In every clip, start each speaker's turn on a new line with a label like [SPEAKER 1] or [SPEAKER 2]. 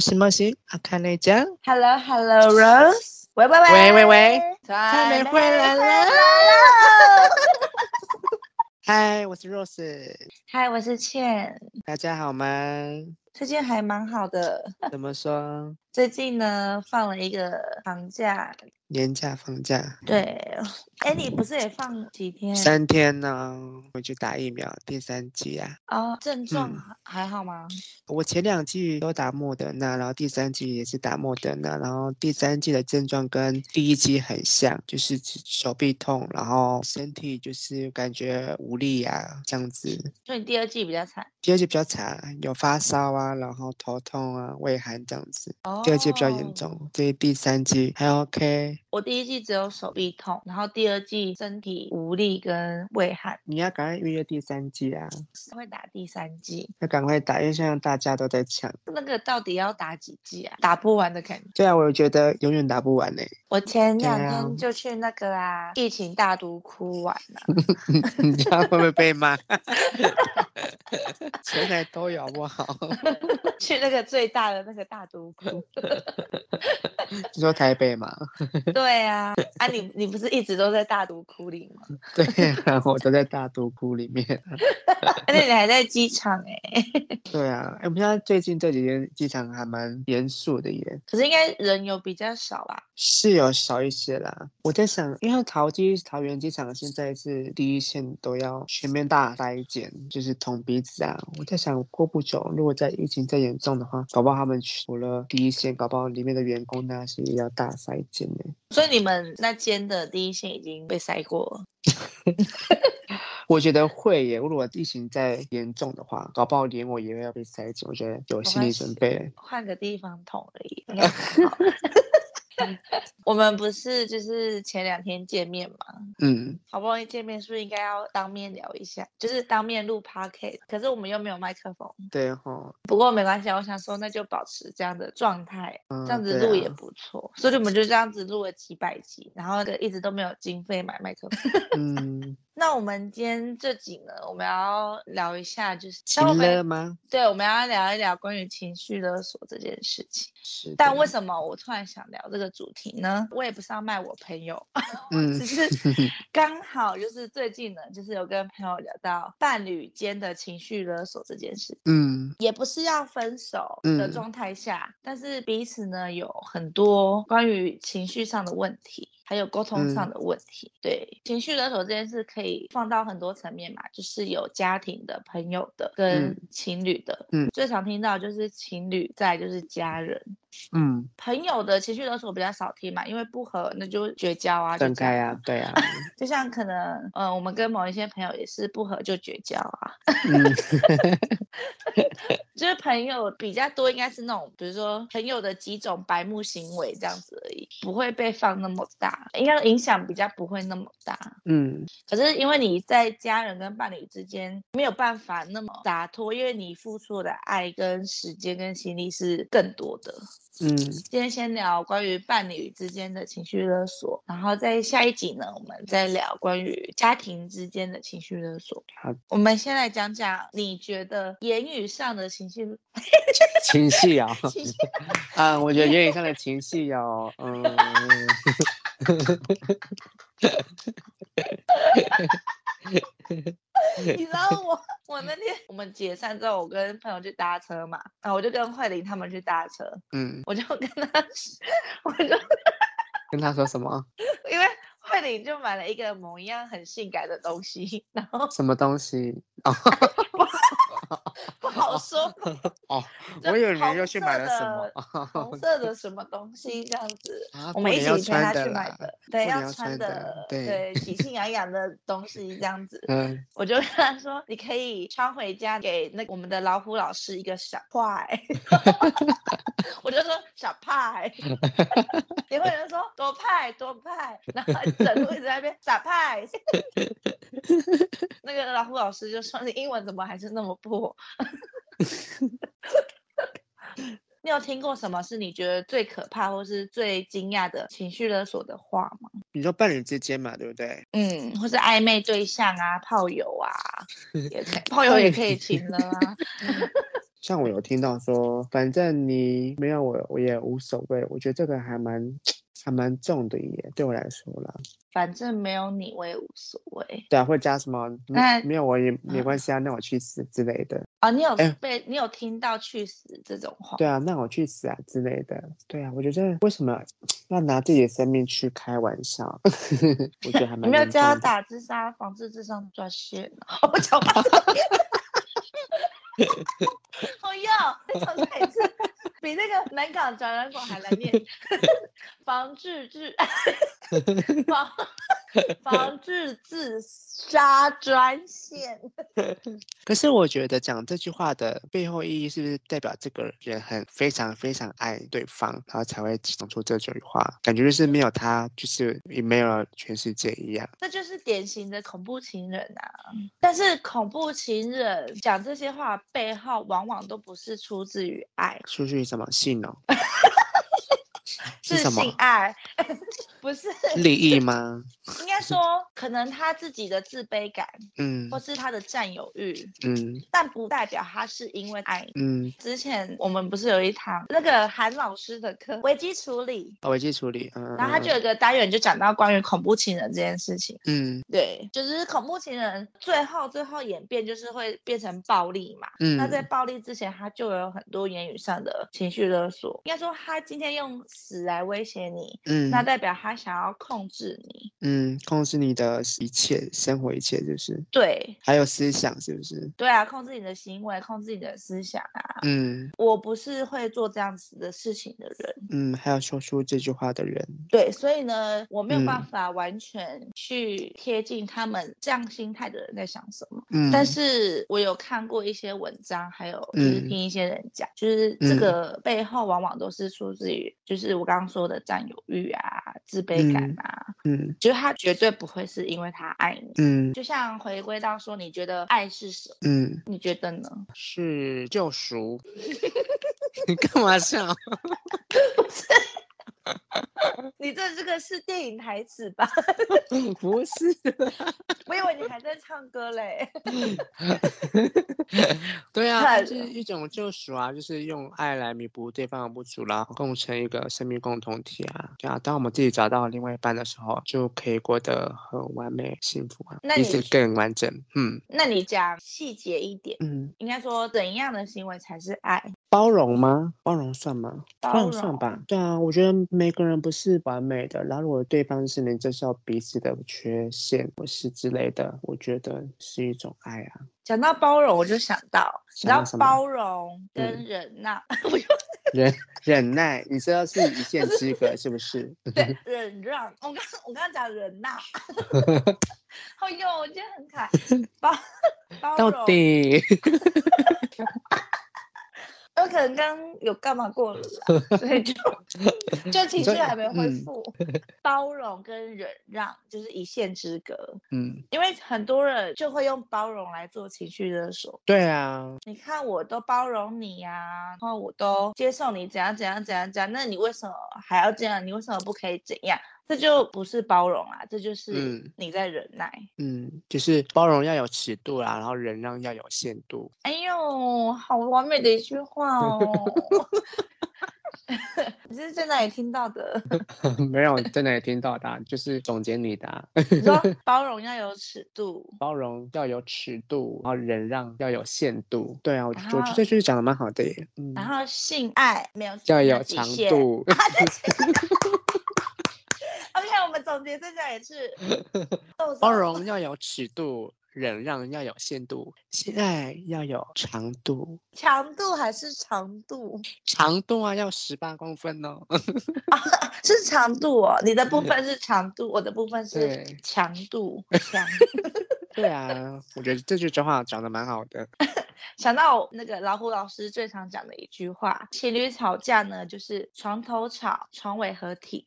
[SPEAKER 1] 西莫西阿卡内酱，
[SPEAKER 2] Hello Hello Rose，喂喂喂
[SPEAKER 1] 喂喂喂，
[SPEAKER 2] 他
[SPEAKER 1] 们回来了
[SPEAKER 2] 了。
[SPEAKER 1] 嗨，我是 Rose，
[SPEAKER 2] 嗨，我是倩，
[SPEAKER 1] 大家好吗？
[SPEAKER 2] 最近还蛮好的。
[SPEAKER 1] 怎么说？
[SPEAKER 2] 最近呢，放了一个长假，
[SPEAKER 1] 年假放假
[SPEAKER 2] 对，哎，你不是也放几天？
[SPEAKER 1] 三天呢，回去打疫苗第三剂啊。
[SPEAKER 2] 哦，症状
[SPEAKER 1] 嗯
[SPEAKER 2] 还好吗？
[SPEAKER 1] 我前两季都打莫德纳，然后第三季也是打莫德纳，然后第三季的症状跟第一季很像，就是指手臂痛，然后身体就是感觉无力啊这样子。
[SPEAKER 2] 所以你第二季比较惨。
[SPEAKER 1] 第二季比较惨，有发烧啊，然后头痛啊、畏寒这样子。第二季比较严
[SPEAKER 2] 哦。
[SPEAKER 1] 重，所以第三季还 OK。
[SPEAKER 2] 我第一季只有手臂痛，然后第二季身体无力跟畏寒，
[SPEAKER 1] 你要赶快预约第三季啊，
[SPEAKER 2] 会打第三季。
[SPEAKER 1] 要赶快打，因为现在大家都在抢。
[SPEAKER 2] 那个到底要打几季啊？打不完的感觉。
[SPEAKER 1] 对啊，我觉得永远打不完呢、
[SPEAKER 2] 我前
[SPEAKER 1] 对
[SPEAKER 2] 两
[SPEAKER 1] 啊
[SPEAKER 2] 天就去那个啊，疫情大都哭玩了、
[SPEAKER 1] 你这样会不会被 骂？全台都有好不好？
[SPEAKER 2] 去那个最大的那个大都哭。
[SPEAKER 1] 你说台北嘛？
[SPEAKER 2] 对啊，啊你你不是一直都在大都哭里吗？
[SPEAKER 1] 对啊，我都在大都窟里面。
[SPEAKER 2] 而且你还在机场哎、
[SPEAKER 1] 对啊，哎我们现在最近这几天机场还蛮严肃的耶，
[SPEAKER 2] 可是应该人有比较少吧？
[SPEAKER 1] 是有少一些啦。我在想，因为桃机桃园机场现在是第一线都要全面大筛检，就是捅鼻子啊。我在想，过不久如果在疫情再严重的话，搞不好他们除了第一线，搞不好里面的员工那些也要大筛检呢。
[SPEAKER 2] 所以你们那间的第一线已经被筛过了。
[SPEAKER 1] 我觉得会耶，如果疫情再严重的话，搞不好连我也要被筛检。我觉得有心理准备。
[SPEAKER 2] 换个地方捅而已。应该还 好我们不是就是前两天见面嘛，
[SPEAKER 1] 嗯，
[SPEAKER 2] 好不容易见面，是不是应该要当面聊一下？就是当面录 podcast，可是我们又没有麦克风。
[SPEAKER 1] 对哦哈，
[SPEAKER 2] 不过没关系啊，我想说那就保持这样的状态，
[SPEAKER 1] 嗯
[SPEAKER 2] 这样子
[SPEAKER 1] 对
[SPEAKER 2] 录也
[SPEAKER 1] 啊
[SPEAKER 2] 不错。所以我们就这样子录了几百集，然后一直都没有经费买麦克风。
[SPEAKER 1] 嗯，
[SPEAKER 2] 那我们今天这集呢，我们要聊一下，就是 那我
[SPEAKER 1] 情了
[SPEAKER 2] 们
[SPEAKER 1] 吗？
[SPEAKER 2] 对我们要聊一聊关于情绪勒索这件事情。
[SPEAKER 1] 是。
[SPEAKER 2] 但为什么我突然想聊这个主题呢？我也不是要卖我朋友，
[SPEAKER 1] 嗯
[SPEAKER 2] 只是刚好就是最近呢，就是有跟朋友聊到伴侣间的情绪勒索这件事，
[SPEAKER 1] 嗯
[SPEAKER 2] 也不是要分手的
[SPEAKER 1] 嗯
[SPEAKER 2] 状态下，但是彼此呢有很多关于情绪上的问题。还有沟通
[SPEAKER 1] 嗯
[SPEAKER 2] 上的问题，对情绪勒索这件事可以放到很多层面嘛，就是有家庭的、朋友的、跟
[SPEAKER 1] 嗯
[SPEAKER 2] 情侣的，
[SPEAKER 1] 嗯
[SPEAKER 2] 最常听到就是情侣，再来就是家人，
[SPEAKER 1] 嗯，
[SPEAKER 2] 朋友的情绪勒索比较少听嘛，因为不合那就绝交啊，就
[SPEAKER 1] 分
[SPEAKER 2] 这样
[SPEAKER 1] 开啊，对 啊，
[SPEAKER 2] 就像可能，呃，我们跟某一些朋友也是不合就绝交啊，
[SPEAKER 1] 嗯。
[SPEAKER 2] 就是朋友比较多，应该是那种，比如说朋友的几种白目行为这样子而已，不会被放那么大，应该影响比较不会那么大。
[SPEAKER 1] 嗯，
[SPEAKER 2] 可是因为你在家人跟伴侣之间没有办法那么洒脱，因为你付出的爱跟时间跟心力是更多的。
[SPEAKER 1] 嗯，
[SPEAKER 2] 今天先聊关于伴侣之间的情绪勒索，然后在下一集呢，我们再聊关于家庭之间的情绪勒索。
[SPEAKER 1] 好，
[SPEAKER 2] 我们先来讲讲，你觉得言语上的情绪，
[SPEAKER 1] 情绪啊，
[SPEAKER 2] 情绪
[SPEAKER 1] 啊，我觉得言语上的情绪有， 嗯，
[SPEAKER 2] 你知道我，我那天我们解散之后，我跟朋友去搭车嘛，然后我就跟慧玲他们去搭车，
[SPEAKER 1] 嗯，
[SPEAKER 2] 我就跟他，我就
[SPEAKER 1] 跟他说什么？
[SPEAKER 2] 因为慧玲就买了一个某一样很性感的东西，然后
[SPEAKER 1] 什么东西？
[SPEAKER 2] 不好说。
[SPEAKER 1] 哦，
[SPEAKER 2] 就
[SPEAKER 1] 我以为你
[SPEAKER 2] 红
[SPEAKER 1] 又去买了什
[SPEAKER 2] 色
[SPEAKER 1] 么？，
[SPEAKER 2] 红色的什么东西这样子
[SPEAKER 1] 啊
[SPEAKER 2] 我
[SPEAKER 1] 过
[SPEAKER 2] 们一
[SPEAKER 1] 年
[SPEAKER 2] 起
[SPEAKER 1] 要
[SPEAKER 2] 陪他
[SPEAKER 1] 穿
[SPEAKER 2] 去
[SPEAKER 1] 的
[SPEAKER 2] 买
[SPEAKER 1] 啦
[SPEAKER 2] 的，对，
[SPEAKER 1] 过年
[SPEAKER 2] 要
[SPEAKER 1] 要穿
[SPEAKER 2] 穿的
[SPEAKER 1] 的，对。
[SPEAKER 2] 对，喜庆洋洋的东西这样子
[SPEAKER 1] 嗯，
[SPEAKER 2] 我就跟他说，你可以穿回家给那我们的老虎老师一个小派， 我就说小派，结果人说多派多派，然后整路一直在那边傻派， 那个老虎老师就说你英文怎么还是那么破？ 你有听过什么是你觉得最可怕或是最惊讶的情绪勒索的话吗？
[SPEAKER 1] 你说伴侣之间嘛，对不对？
[SPEAKER 2] 嗯，或是暧昧 对象啊、炮友啊，也可以，炮友也可以情了啊。
[SPEAKER 1] 像我有听到说，反正你没有我，我也无所谓。我觉得这个还蛮还蛮重的耶，对我来说啦。
[SPEAKER 2] 反正没有你我也无所谓
[SPEAKER 1] 对啊，会加什么？
[SPEAKER 2] 那
[SPEAKER 1] 嗯没有我也没关系啊，那我去死之类的。
[SPEAKER 2] 啊、你有
[SPEAKER 1] 哎
[SPEAKER 2] 被、你有听到去死这种话？
[SPEAKER 1] 对啊，那我去死啊之类的。对啊，我觉得为什么要拿自己的生命去开玩笑？ 我觉得还
[SPEAKER 2] 你
[SPEAKER 1] 蛮
[SPEAKER 2] 没有
[SPEAKER 1] 严
[SPEAKER 2] 叫他
[SPEAKER 1] 重的
[SPEAKER 2] 打自杀，防治智商专线。 我讲话怎么变 了，我要再重再一次，比那个南港展览馆还难念。 防 治治防防治自杀专线，
[SPEAKER 1] 可是我觉得讲这句话的背后意义，是不是代表这个人很非常非常爱对方，然后才会讲出这句话？感觉就是没有他，就是也没有全世界一样。
[SPEAKER 2] 这就是典型的恐怖情人啊！
[SPEAKER 1] 嗯
[SPEAKER 2] 但是恐怖情人讲这些话背后，往往都不是出自于爱，
[SPEAKER 1] 出去什么信 哦？是
[SPEAKER 2] 是
[SPEAKER 1] 什么
[SPEAKER 2] 性爱， 不是
[SPEAKER 1] 利 益吗？
[SPEAKER 2] 应该说，可能他自己的自卑感，
[SPEAKER 1] 嗯
[SPEAKER 2] 或是他的占有欲，
[SPEAKER 1] 嗯
[SPEAKER 2] 但不代表他是因为爱你。
[SPEAKER 1] 嗯，
[SPEAKER 2] 之前我们不是有一堂那个韩老师的课，危机处理，
[SPEAKER 1] 哦，危机处理。嗯，
[SPEAKER 2] 然后他就
[SPEAKER 1] 嗯
[SPEAKER 2] 有一个单元就讲到关于恐怖情人这件事情。
[SPEAKER 1] 嗯
[SPEAKER 2] 对，就是恐怖情人最后最后演变就是会变成暴力嘛。
[SPEAKER 1] 嗯，
[SPEAKER 2] 那在暴力之前，他就有很多言语上的情绪勒索。应该说，他今天用死来威胁你，
[SPEAKER 1] 嗯
[SPEAKER 2] 那代表他想要控制你。
[SPEAKER 1] 嗯控制你的一切生活，一切就是
[SPEAKER 2] 对，
[SPEAKER 1] 还有思想，是不是？
[SPEAKER 2] 对啊，控制你的行为，控制你的思想啊！
[SPEAKER 1] 嗯
[SPEAKER 2] 我不是会做这样子的事情的人，
[SPEAKER 1] 嗯，还有说出这句话的人。
[SPEAKER 2] 对，所以呢，我没有办
[SPEAKER 1] 嗯
[SPEAKER 2] 法完全去贴近他们这样心态的人在想什么。
[SPEAKER 1] 嗯，
[SPEAKER 2] 但是我有看过一些文章，还有就是
[SPEAKER 1] 嗯
[SPEAKER 2] 听一些人讲，就是这
[SPEAKER 1] 嗯
[SPEAKER 2] 个背后往往都是出自于，就是我刚刚说的占有欲啊、自卑感
[SPEAKER 1] 嗯
[SPEAKER 2] 啊，
[SPEAKER 1] 嗯
[SPEAKER 2] 就是他绝对不会是因为他爱你。
[SPEAKER 1] 嗯
[SPEAKER 2] 就像回归到说，你觉得爱是什么？
[SPEAKER 1] 嗯。
[SPEAKER 2] 你觉得呢？
[SPEAKER 1] 是救赎。你干嘛笑？
[SPEAKER 2] 你这这个是电影台词吧？
[SPEAKER 1] 不是，
[SPEAKER 2] 我以为你还在唱歌嘞。
[SPEAKER 1] 对啊，它
[SPEAKER 2] 看
[SPEAKER 1] 就是一种救赎啊，就是用爱来弥补对方的不足啦，共成一个生命共同体啊。对啊，当我们自己找到另外一半的时候，就可以过得很完美、幸福啊，
[SPEAKER 2] 那
[SPEAKER 1] 彼
[SPEAKER 2] 你
[SPEAKER 1] 此更完整。嗯
[SPEAKER 2] 那你讲细节一点，
[SPEAKER 1] 嗯，
[SPEAKER 2] 应该说怎样的行为才是爱？
[SPEAKER 1] 包容吗？包容算吗？
[SPEAKER 2] 包
[SPEAKER 1] 容算吧。对啊，我觉得每个人不是完美的，然后如果对方是能接受彼此的缺陷或是之类的，我觉得是一种爱啊。
[SPEAKER 2] 讲到包容，我就想到，你知
[SPEAKER 1] 想到
[SPEAKER 2] 道
[SPEAKER 1] 什么
[SPEAKER 2] 包容
[SPEAKER 1] 嗯
[SPEAKER 2] 跟忍耐，
[SPEAKER 1] 忍忍耐，你知道是一线之隔是不是？
[SPEAKER 2] 对，忍让。我刚我刚刚讲 忍耐，哎呦，我觉得很卡。包包
[SPEAKER 1] 到
[SPEAKER 2] 容，
[SPEAKER 1] 底
[SPEAKER 2] 我可能刚有干嘛过了啦，所 以就就情绪
[SPEAKER 1] 说
[SPEAKER 2] 还没恢
[SPEAKER 1] 嗯
[SPEAKER 2] 复。 包容跟忍让就是一线之隔。
[SPEAKER 1] 嗯，
[SPEAKER 2] 因为很多人就会用包容来做情绪勒索。
[SPEAKER 1] 对啊，
[SPEAKER 2] 你看，我都包容你呀、然后我都接受你怎样怎样怎样怎样，那你为什么还要这样？你为什么不可以怎样？这就不是包容啊，这就是
[SPEAKER 1] 嗯
[SPEAKER 2] 你在忍耐。
[SPEAKER 1] 嗯，就是包容要有尺度啦，然后忍让要有限度。
[SPEAKER 2] 哎呦，好完美的一句话哦！ 你是在哪里听到的？
[SPEAKER 1] 没有，真的也听到的啊、就是总结你的啊、
[SPEAKER 2] 你说包容要有尺度，
[SPEAKER 1] 包容要有尺度，然后忍让要有限度。对啊，我
[SPEAKER 2] 然
[SPEAKER 1] 我觉得
[SPEAKER 2] 后
[SPEAKER 1] 这句讲的蛮好的耶。嗯，
[SPEAKER 2] 然后性爱没有
[SPEAKER 1] 要
[SPEAKER 2] 没
[SPEAKER 1] 有
[SPEAKER 2] 底
[SPEAKER 1] 长
[SPEAKER 2] 线
[SPEAKER 1] 度。
[SPEAKER 2] OK，我哦们总结这讲 也是豆
[SPEAKER 1] 包
[SPEAKER 2] 沙
[SPEAKER 1] 容要有尺度，忍让要有限度，性爱要有长度。
[SPEAKER 2] 强度还是长度？
[SPEAKER 1] 长度啊，要十八公分哦。
[SPEAKER 2] 是长度哦，你的部分是长度，我的部分是
[SPEAKER 1] 嗯对
[SPEAKER 2] 强度。强，
[SPEAKER 1] 对啊，我觉得这句真话讲的蛮好的。
[SPEAKER 2] 想到那个老虎老师最常讲的一句话：情侣吵架呢，就是床头吵，床尾和体。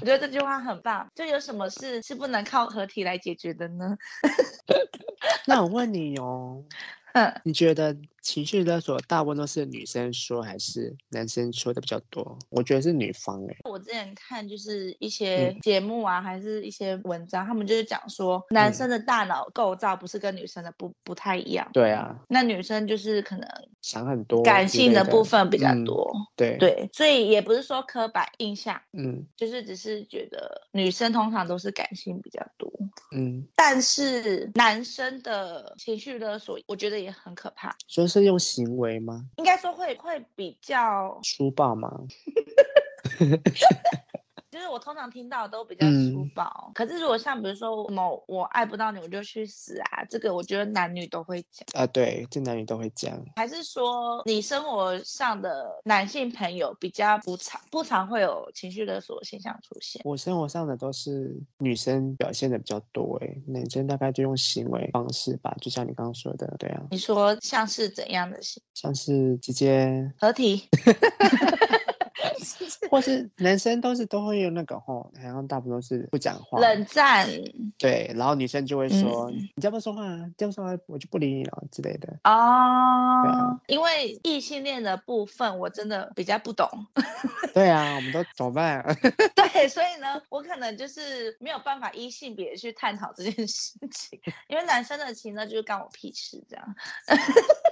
[SPEAKER 2] 我觉得这句话很棒。就有什么事是不能靠合体来解决的呢？
[SPEAKER 1] 那我问你哦，
[SPEAKER 2] 嗯，
[SPEAKER 1] 你觉得情绪勒索大部分都是女生说还是男生说的比较多？我觉得是女方哎、
[SPEAKER 2] 我之前看就是一些节目啊，还是一些文章，他们就是讲说男生的大脑构造不是跟女生的不不太一样，
[SPEAKER 1] 对啊，
[SPEAKER 2] 那女生就是可能
[SPEAKER 1] 想很多，
[SPEAKER 2] 感性
[SPEAKER 1] 的
[SPEAKER 2] 的部，分比较
[SPEAKER 1] 嗯
[SPEAKER 2] 多，
[SPEAKER 1] 对，
[SPEAKER 2] 对，所以也不是说刻板印象，
[SPEAKER 1] 嗯
[SPEAKER 2] 就是只是觉得女生通常都是感性比较多，
[SPEAKER 1] 嗯，
[SPEAKER 2] 但是男生的情绪勒索，我觉得也很可怕，
[SPEAKER 1] 说是用行为吗？
[SPEAKER 2] 应该说会会比较，
[SPEAKER 1] 粗暴吗？
[SPEAKER 2] 就是我通常听到都比较粗
[SPEAKER 1] 嗯
[SPEAKER 2] 暴。可是如果像比如说某我爱不到你，我就去死啊，这个我觉得男女都会讲，
[SPEAKER 1] 啊，对，这男女都会这样，
[SPEAKER 2] 还是说你生活上的男性朋友比较不常不常会有情绪勒索的现象出现？
[SPEAKER 1] 我生活上的都是女生表现的比较多哎、男生大概就用行为方式吧，就像你刚刚说的，对啊，
[SPEAKER 2] 你说像是怎样的行
[SPEAKER 1] 像是直接
[SPEAKER 2] 合体？
[SPEAKER 1] 或是男生都是都会用那个吼，好像大部分都是不讲话，
[SPEAKER 2] 冷嗯战
[SPEAKER 1] 对，然后女生就会说、你再不说话，啊再不说话我就不理你了之类的。啊
[SPEAKER 2] 哦，因为异性恋的部分我真的比较不懂，
[SPEAKER 1] 对啊，我 们都怎么办？
[SPEAKER 2] 对，所以呢，我可能就是没有办法依性别去探讨这件事情，因为男生的情呢就是干我屁事这样。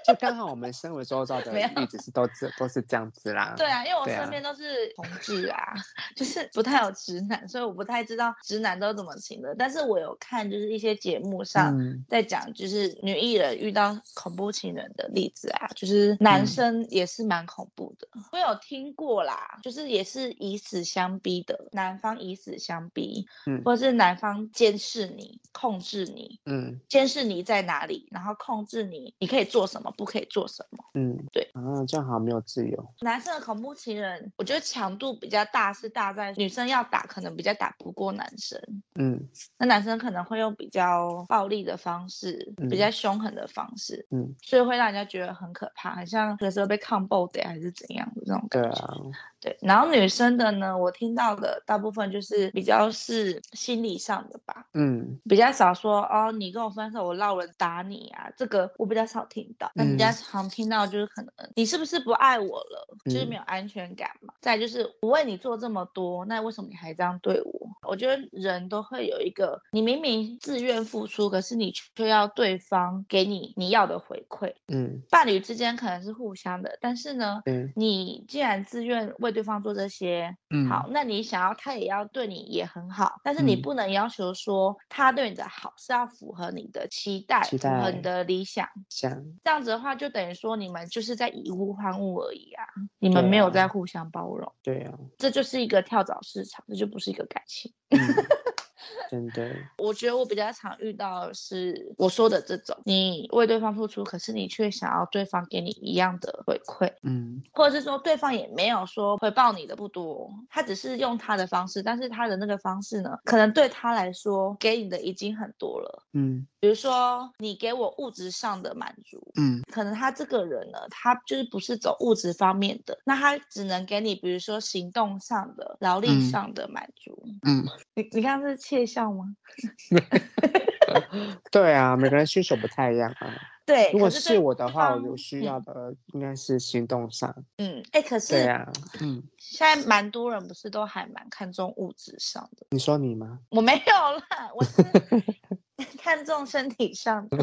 [SPEAKER 1] 就刚好我们生活周遭的
[SPEAKER 2] 没有
[SPEAKER 1] 例子是都这都是这样子啦。
[SPEAKER 2] 对啊，因为我
[SPEAKER 1] 对
[SPEAKER 2] 身
[SPEAKER 1] 啊
[SPEAKER 2] 边都是同志啊，就是不太有直男，所以我不太知道直男都怎么情的。但是我有看就是一啊些节目上。
[SPEAKER 1] 嗯，
[SPEAKER 2] 在讲就是女艺人遇到恐怖情人的例子啊，就是男
[SPEAKER 1] 嗯
[SPEAKER 2] 生也是蛮恐怖的。我有听过啦，就是也是以死相逼的，男方以死相逼，
[SPEAKER 1] 嗯
[SPEAKER 2] 或是男方监视你、控制你，
[SPEAKER 1] 嗯
[SPEAKER 2] 监视你在哪里，然后控制你，你可以做什么，不可以做什么。
[SPEAKER 1] 嗯，
[SPEAKER 2] 对
[SPEAKER 1] 啊，这样好像没有自由。
[SPEAKER 2] 男生的恐怖情人，我觉得强度比较大，是大在女生要打可能比较打不过男生，
[SPEAKER 1] 嗯
[SPEAKER 2] 那男生可能会用比较暴力的方式，
[SPEAKER 1] 嗯
[SPEAKER 2] 比较凶狠的方式，
[SPEAKER 1] 嗯，
[SPEAKER 2] 所以会让人家觉得很可怕，很像有时候被抗暴的还是怎样的那种
[SPEAKER 1] 对
[SPEAKER 2] 感觉。
[SPEAKER 1] 啊，
[SPEAKER 2] 对，然后女生的呢，我听到的大部分就是比较是心理上的吧，
[SPEAKER 1] 嗯
[SPEAKER 2] 比较少说哦，你跟我分手，我闹人打你啊，这个我比较少听到。那比较
[SPEAKER 1] 嗯
[SPEAKER 2] 常听到就是可能你是不是不爱我了，就是没有安全感嘛。再来就是我为你做这么多，那为什么你还这样对我？我觉得人都会有一个，你明明自愿付出，可是你却要对方给你你要的回馈。
[SPEAKER 1] 嗯
[SPEAKER 2] 伴侣之间可能是互相的，但是呢，
[SPEAKER 1] 对，
[SPEAKER 2] 你既然自愿为对方做这些，
[SPEAKER 1] 嗯
[SPEAKER 2] 好，，那你想要他也要对你也很好，但是你
[SPEAKER 1] 嗯
[SPEAKER 2] 不能要求说他对你的好是要符合你的期待，
[SPEAKER 1] 期
[SPEAKER 2] 符合你
[SPEAKER 1] 待
[SPEAKER 2] 的理想。
[SPEAKER 1] 像
[SPEAKER 2] 这样子的话，就等于说你们就是在以物换物而已啊，你们没有
[SPEAKER 1] 对啊
[SPEAKER 2] 在互相包容，
[SPEAKER 1] 对啊，
[SPEAKER 2] 这就是一个跳蚤市场，这就不是一个感情。
[SPEAKER 1] 嗯真的，
[SPEAKER 2] 我觉得我比较常遇到的是我说的这种，你为对方付出，可是你却想要对方给你一样的回馈，
[SPEAKER 1] 嗯
[SPEAKER 2] 或者是说对方也没有说回报你的不多，他只是用他的方式，但是他的那个方式呢，可能对他来说给你的已经很多了。
[SPEAKER 1] 嗯
[SPEAKER 2] 比如说你给我物质上的满足，
[SPEAKER 1] 嗯
[SPEAKER 2] 可能他这个人呢，他就是不是走物质方面的，那他只能给你，比如说行动上的、劳力
[SPEAKER 1] 嗯
[SPEAKER 2] 上的满足。
[SPEAKER 1] 嗯，
[SPEAKER 2] 你你刚刚是窃笑吗？
[SPEAKER 1] 对啊，每个人需求不太一样啊。
[SPEAKER 2] 对，
[SPEAKER 1] 如果
[SPEAKER 2] 哎可对
[SPEAKER 1] 是我的
[SPEAKER 2] 对
[SPEAKER 1] 话，我
[SPEAKER 2] 方
[SPEAKER 1] 就需要的应该是行动上。
[SPEAKER 2] 嗯，哎、可是
[SPEAKER 1] 对啊，嗯，
[SPEAKER 2] 现在蛮多人不是都还蛮看重物质上的。
[SPEAKER 1] 你说你吗？
[SPEAKER 2] 我没有啦，我是 看重身体上的。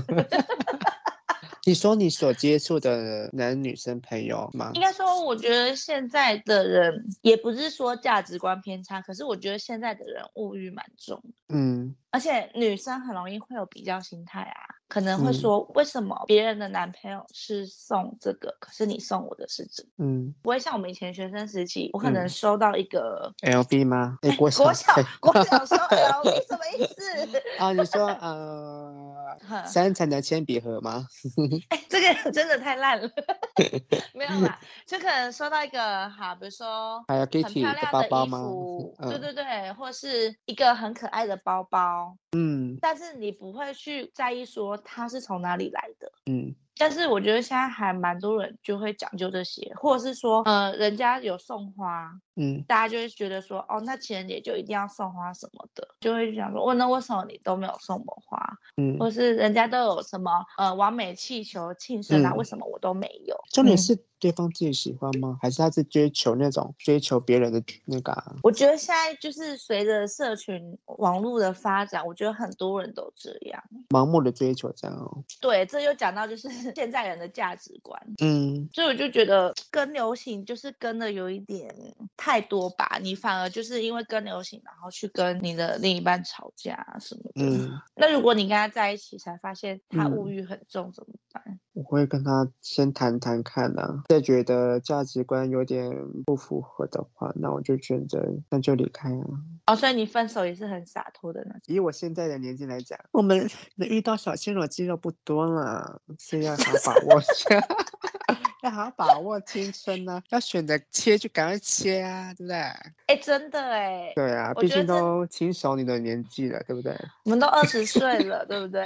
[SPEAKER 1] 你说你所接触的男女生朋友吗
[SPEAKER 2] 应？该说，我觉得现在的人也不是说价值观偏差，可是我觉得现在的人物欲蛮重的，
[SPEAKER 1] 嗯
[SPEAKER 2] 而且女生很容易会有比较心态啊，可能会
[SPEAKER 1] 嗯
[SPEAKER 2] 说为什么别人的男朋友是送这个，可是你送我的是这个。
[SPEAKER 1] 嗯
[SPEAKER 2] 不会像我们以前学生时期，我可能
[SPEAKER 1] 嗯
[SPEAKER 2] 收到一个、
[SPEAKER 1] ，L B 吗？哎，国 小
[SPEAKER 2] 国小国小收 L，你什么 意思？
[SPEAKER 1] 啊，你说呃
[SPEAKER 2] 哼
[SPEAKER 1] 三层的铅笔盒吗？
[SPEAKER 2] 哎，这个 真的太 烂了，没有啦，就可能收到一个哈，比如说
[SPEAKER 1] 还有
[SPEAKER 2] 很
[SPEAKER 1] Kitty
[SPEAKER 2] 漂
[SPEAKER 1] 的
[SPEAKER 2] 亮
[SPEAKER 1] 包
[SPEAKER 2] 的
[SPEAKER 1] 包
[SPEAKER 2] 衣
[SPEAKER 1] 吗？
[SPEAKER 2] 服，对
[SPEAKER 1] 嗯
[SPEAKER 2] 对对，或是一个很可爱的包包，
[SPEAKER 1] 嗯
[SPEAKER 2] 但是你不会去在意说它是从哪里来的。
[SPEAKER 1] 嗯
[SPEAKER 2] 但是我觉得现在还蛮多人就会讲究这些，或者是说，呃，人家有送花，
[SPEAKER 1] 嗯，
[SPEAKER 2] 大家就会觉得说，哦，那情人节就一定要送花什么的，就会想说，哦，那为什么你都没有送我花？
[SPEAKER 1] 嗯，
[SPEAKER 2] 或是人家都有什么呃完美气球庆生啊，
[SPEAKER 1] 嗯
[SPEAKER 2] 为什么我都没有？
[SPEAKER 1] 重点
[SPEAKER 2] 嗯
[SPEAKER 1] 是对方自己喜欢吗？还是他是追求那种追求别人的那个、啊？
[SPEAKER 2] 我觉得现在就是随着社群网络的发展，我觉得很多人都这样。
[SPEAKER 1] 盲目的追求这样、哦？
[SPEAKER 2] 对，这就讲到就是 现在人的价值观，
[SPEAKER 1] 嗯，
[SPEAKER 2] 所以我就觉得跟流行就是跟的有一点太多吧，你反而就是因为跟流行，然后去跟你的另一半吵架啊什么的。
[SPEAKER 1] 嗯，
[SPEAKER 2] 那如果你跟他在一起才发现他物
[SPEAKER 1] 嗯
[SPEAKER 2] 欲很重怎么办？
[SPEAKER 1] 我会跟他先谈谈看呢、啊，再觉得价值观有点不符合的话，那我就选择那就离开啊。
[SPEAKER 2] 哦，所以你分手也是很洒脱的那种。
[SPEAKER 1] 以我现在的年纪来讲，我们能遇到小鲜肉肌肉不多啦，所以要好好把握， 要好好把握青春呢、要选择切就赶快切啊，对不对？
[SPEAKER 2] 哎，真的哎，
[SPEAKER 1] 对啊，
[SPEAKER 2] 我
[SPEAKER 1] 毕
[SPEAKER 2] 觉得
[SPEAKER 1] 竟
[SPEAKER 2] 这
[SPEAKER 1] 都青少年的年纪了，对不对？
[SPEAKER 2] 我们都二十岁了，对不对？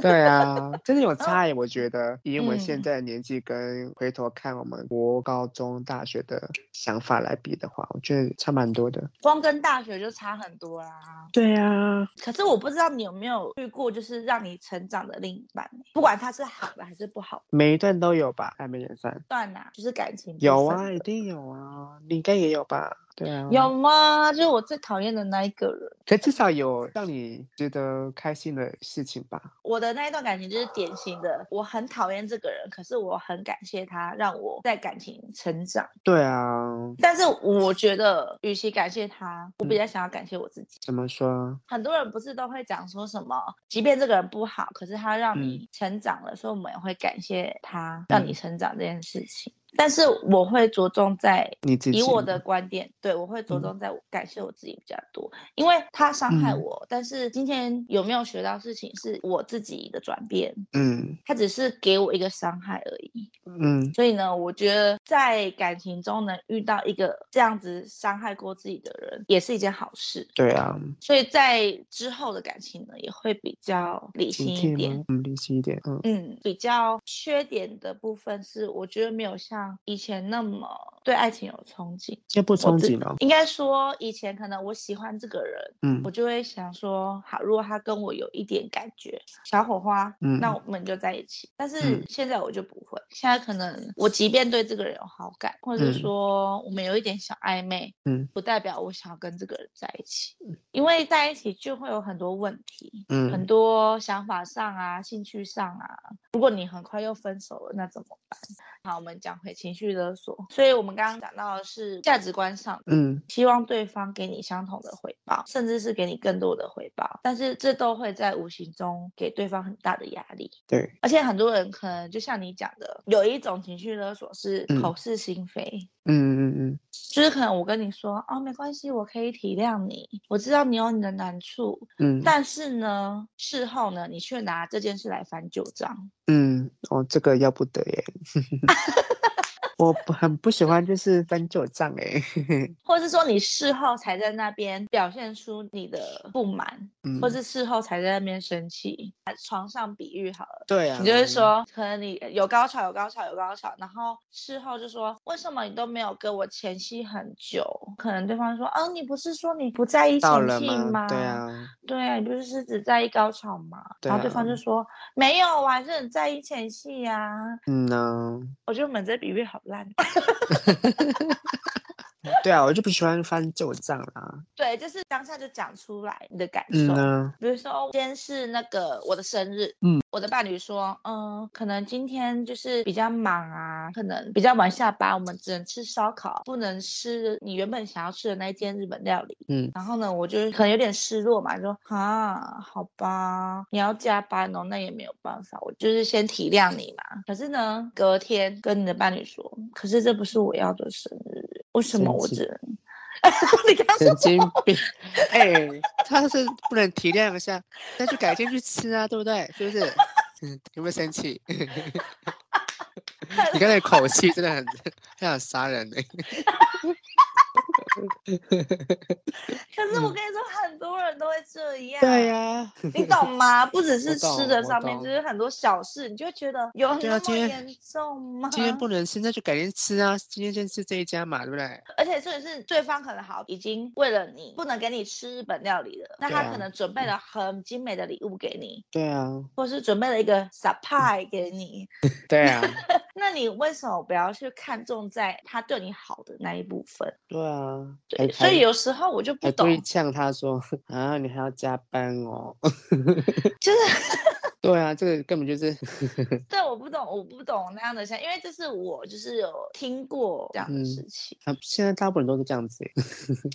[SPEAKER 1] 对啊，真的 有差异。我觉得以我们现
[SPEAKER 2] 哦嗯
[SPEAKER 1] 在的年纪跟回头看我们国高中、大学的想法来比的话，我觉得差蛮多的。
[SPEAKER 2] 光跟大学就差很多啦。
[SPEAKER 1] 对啊，
[SPEAKER 2] 可是我不知道你有没有遇过，就是让你成长的另一半欸、不管他是好的还是不好的，
[SPEAKER 1] 每一段都有吧，暧昧也算
[SPEAKER 2] 算啦、就是感情部
[SPEAKER 1] 有
[SPEAKER 2] 分
[SPEAKER 1] 啊，
[SPEAKER 2] 的
[SPEAKER 1] 一定有啊，你应该也有吧？对啊，
[SPEAKER 2] 有吗？就是我最讨厌的那一个人。
[SPEAKER 1] 可至少有让你觉得开心的事情吧？
[SPEAKER 2] 我的那一段感情就是典型的，我很讨厌这个人，可是我很感谢他让我在感情成长。
[SPEAKER 1] 对啊，
[SPEAKER 2] 但是我觉得，与其感谢他，我
[SPEAKER 1] 嗯
[SPEAKER 2] 比较想要感谢我自己。
[SPEAKER 1] 怎么说？
[SPEAKER 2] 很多人不是都会讲说什么，即便这个人不好，可是他让
[SPEAKER 1] 嗯
[SPEAKER 2] 你成长了，所以我们也会感谢他让你成长这件事情。但是我会着重在
[SPEAKER 1] 你自己
[SPEAKER 2] 以我的观点，对我会着
[SPEAKER 1] 嗯
[SPEAKER 2] 重在我感谢我自己比较多，因为他伤害
[SPEAKER 1] 嗯
[SPEAKER 2] 我，但是今天有没有学到事情是我自己的转变，
[SPEAKER 1] 嗯
[SPEAKER 2] 他只是给我一个伤害而已。
[SPEAKER 1] 嗯
[SPEAKER 2] 所以呢，我觉得在感情中能遇到一个这样子伤害过自己的人，也是一件好事。
[SPEAKER 1] 对啊，
[SPEAKER 2] 所以在之后的感情呢，也会比较理性
[SPEAKER 1] 警
[SPEAKER 2] 一
[SPEAKER 1] 惕吗
[SPEAKER 2] 点。？
[SPEAKER 1] 嗯，理性一点，嗯
[SPEAKER 2] 嗯，比较缺点的部分是，我觉得没有像以前那么对爱情有憧憬。
[SPEAKER 1] 先不
[SPEAKER 2] 我
[SPEAKER 1] 憧
[SPEAKER 2] 自
[SPEAKER 1] 憬了，
[SPEAKER 2] 应该说以前可能我喜欢这个人，
[SPEAKER 1] 嗯
[SPEAKER 2] 我就会想说，好，如果他跟我有一点感觉，小火花，那
[SPEAKER 1] 嗯
[SPEAKER 2] 我们就在一起。但是
[SPEAKER 1] 嗯
[SPEAKER 2] 现在我就不会，现在可能我即便对这个人有好感，或者
[SPEAKER 1] 嗯
[SPEAKER 2] 是说我们有一点小暧昧，
[SPEAKER 1] 嗯
[SPEAKER 2] 不代表我想要跟这个人在一起，因为在一起就会有很多问题。很
[SPEAKER 1] 嗯，
[SPEAKER 2] 多想法上啊，兴趣上啊，如果你很快又分手了，那怎么办？好，我们讲回情绪勒索。所以我们刚刚讲到的是价值观上
[SPEAKER 1] 嗯
[SPEAKER 2] 希望对方给你相同的回报，甚至是给你更多的回报，但是这都会在无形中给对方很大的压力。
[SPEAKER 1] 对，
[SPEAKER 2] 而且很多人可能就像你讲的，有一种情绪勒索是
[SPEAKER 1] 嗯
[SPEAKER 2] 口是心非，
[SPEAKER 1] 嗯嗯嗯
[SPEAKER 2] 就是可能我跟你说哦，没关系，我可以体谅你，我知道你有你的难处，
[SPEAKER 1] 嗯，
[SPEAKER 2] 但是呢，事后呢，你却拿这件事来翻旧账。
[SPEAKER 1] 嗯哦，这个要不得耶， 我不很不喜欢就是翻旧账哎，
[SPEAKER 2] 或是说你事后才在那边表现出你的不满，
[SPEAKER 1] 嗯
[SPEAKER 2] 或，是事后才在那边生气，啊床上比喻好了。
[SPEAKER 1] 对啊，
[SPEAKER 2] 你就会说，可能你有高潮，有高潮，有高潮，然后事后就说，为什么你都没有跟我前戏很久？可能对方就说，啊，你不是说你不在意
[SPEAKER 1] 到
[SPEAKER 2] 前
[SPEAKER 1] 了
[SPEAKER 2] 戏
[SPEAKER 1] 吗？
[SPEAKER 2] 吗？
[SPEAKER 1] 对，啊，
[SPEAKER 2] 对啊，你不是只在意高潮吗？
[SPEAKER 1] 对
[SPEAKER 2] 然后对方
[SPEAKER 1] 啊
[SPEAKER 2] 就说，没有，我还是很在意前戏呀、
[SPEAKER 1] 嗯呢，
[SPEAKER 2] 我觉得我们这比喻好烂。
[SPEAKER 1] 对啊，我就不喜欢翻旧账啦，
[SPEAKER 2] 对，就是当下就讲出来你的感
[SPEAKER 1] 嗯
[SPEAKER 2] 受。
[SPEAKER 1] 呢，
[SPEAKER 2] 比如说，今天是那个我的生日，
[SPEAKER 1] 嗯，
[SPEAKER 2] 我的伴侣说，嗯，可能今天就是比较忙啊，可能比较晚下班，我们只能吃烧烤，不能吃你原本想要吃的那一间日本料理。
[SPEAKER 1] 嗯
[SPEAKER 2] 然后呢，我就可能有点失落嘛，就说啊，好吧，你要加班哦，那也没有办法，我就是先体谅你嘛。可是呢，隔天跟你的伴侣说，可是这不是我要的生日，为什么
[SPEAKER 1] 生
[SPEAKER 2] 我
[SPEAKER 1] 气
[SPEAKER 2] 只能？ 你刚刚说
[SPEAKER 1] 神经病， 哎、他是不能体谅一下，那就改天去吃啊，对不对？是不是？嗯，有没有生气？ 欸你刚才口气真的很，很想杀人呢、
[SPEAKER 2] 可是我跟你说，很多人都会这样。
[SPEAKER 1] 嗯对啊呀、
[SPEAKER 2] 你懂吗？不只是
[SPEAKER 1] 我懂
[SPEAKER 2] 吃的
[SPEAKER 1] 我
[SPEAKER 2] 上面，
[SPEAKER 1] 懂
[SPEAKER 2] 就是很多小事，你就会觉得有
[SPEAKER 1] 对啊
[SPEAKER 2] 那
[SPEAKER 1] 今
[SPEAKER 2] 么
[SPEAKER 1] 天
[SPEAKER 2] 严重吗？
[SPEAKER 1] 今天不能吃，那就改天吃啊。今天先吃这一家嘛，对不对？
[SPEAKER 2] 而且重点是对方可能好已经为了你不能给你吃日本料理了，那
[SPEAKER 1] 对
[SPEAKER 2] 他
[SPEAKER 1] 啊
[SPEAKER 2] 可能准备了很精美的礼物给你，
[SPEAKER 1] 对啊，
[SPEAKER 2] 或是准备了一个 surprise 给你，
[SPEAKER 1] 对啊，
[SPEAKER 2] 那你为什么不要去看重在他对你好的那一部分？
[SPEAKER 1] 对啊。
[SPEAKER 2] 对，
[SPEAKER 1] 还
[SPEAKER 2] 所以
[SPEAKER 1] 还
[SPEAKER 2] 有时候我就不
[SPEAKER 1] 还故意
[SPEAKER 2] 懂，
[SPEAKER 1] 呛他说啊，你还要加班哦。
[SPEAKER 2] 就是
[SPEAKER 1] 对啊，这个根本就是
[SPEAKER 2] 对，我不懂，我不懂那样的想，因为这是我就是有听过这样的
[SPEAKER 1] 嗯
[SPEAKER 2] 事情，
[SPEAKER 1] 啊现在大部分人都是这样子耶。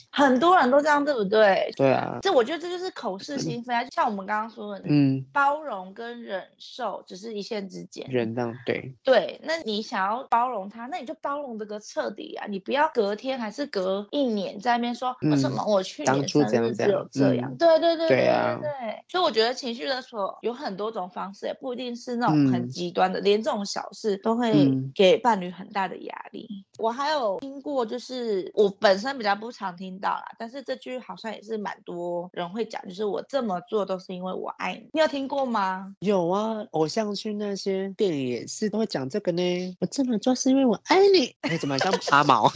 [SPEAKER 2] 很多人都这样，对不对？
[SPEAKER 1] 对啊，
[SPEAKER 2] 这我觉得这就是口是心非啊，就像我们刚刚说的，
[SPEAKER 1] 嗯，
[SPEAKER 2] 包容跟忍受只是一线之间。
[SPEAKER 1] 人这样对，
[SPEAKER 2] 对，那你想要包容他，那你就包容这个彻底啊！你不要隔天还是隔一年在那边说、为什
[SPEAKER 1] 嗯
[SPEAKER 2] 么我去
[SPEAKER 1] 当
[SPEAKER 2] 年
[SPEAKER 1] 初
[SPEAKER 2] 生
[SPEAKER 1] 这样
[SPEAKER 2] 日
[SPEAKER 1] 这
[SPEAKER 2] 只
[SPEAKER 1] 样
[SPEAKER 2] 有这样？
[SPEAKER 1] 嗯
[SPEAKER 2] 对对
[SPEAKER 1] 对
[SPEAKER 2] 对对
[SPEAKER 1] 啊
[SPEAKER 2] 对。所以我觉得情绪勒索有很多种方式，也不一定是那种很
[SPEAKER 1] 嗯
[SPEAKER 2] 极端的，连这种小事都会
[SPEAKER 1] 嗯
[SPEAKER 2] 给伴侣很大的压力。我还有听过，就是我本身比较不常听到啦，但是这句好像也是蛮多人会讲，就是我这么做都是因为我爱你。你有听过吗？
[SPEAKER 1] 有啊，偶像剧那些电影也是都会讲这个呢。我这么做是因为我爱你，哎，怎么像阿毛？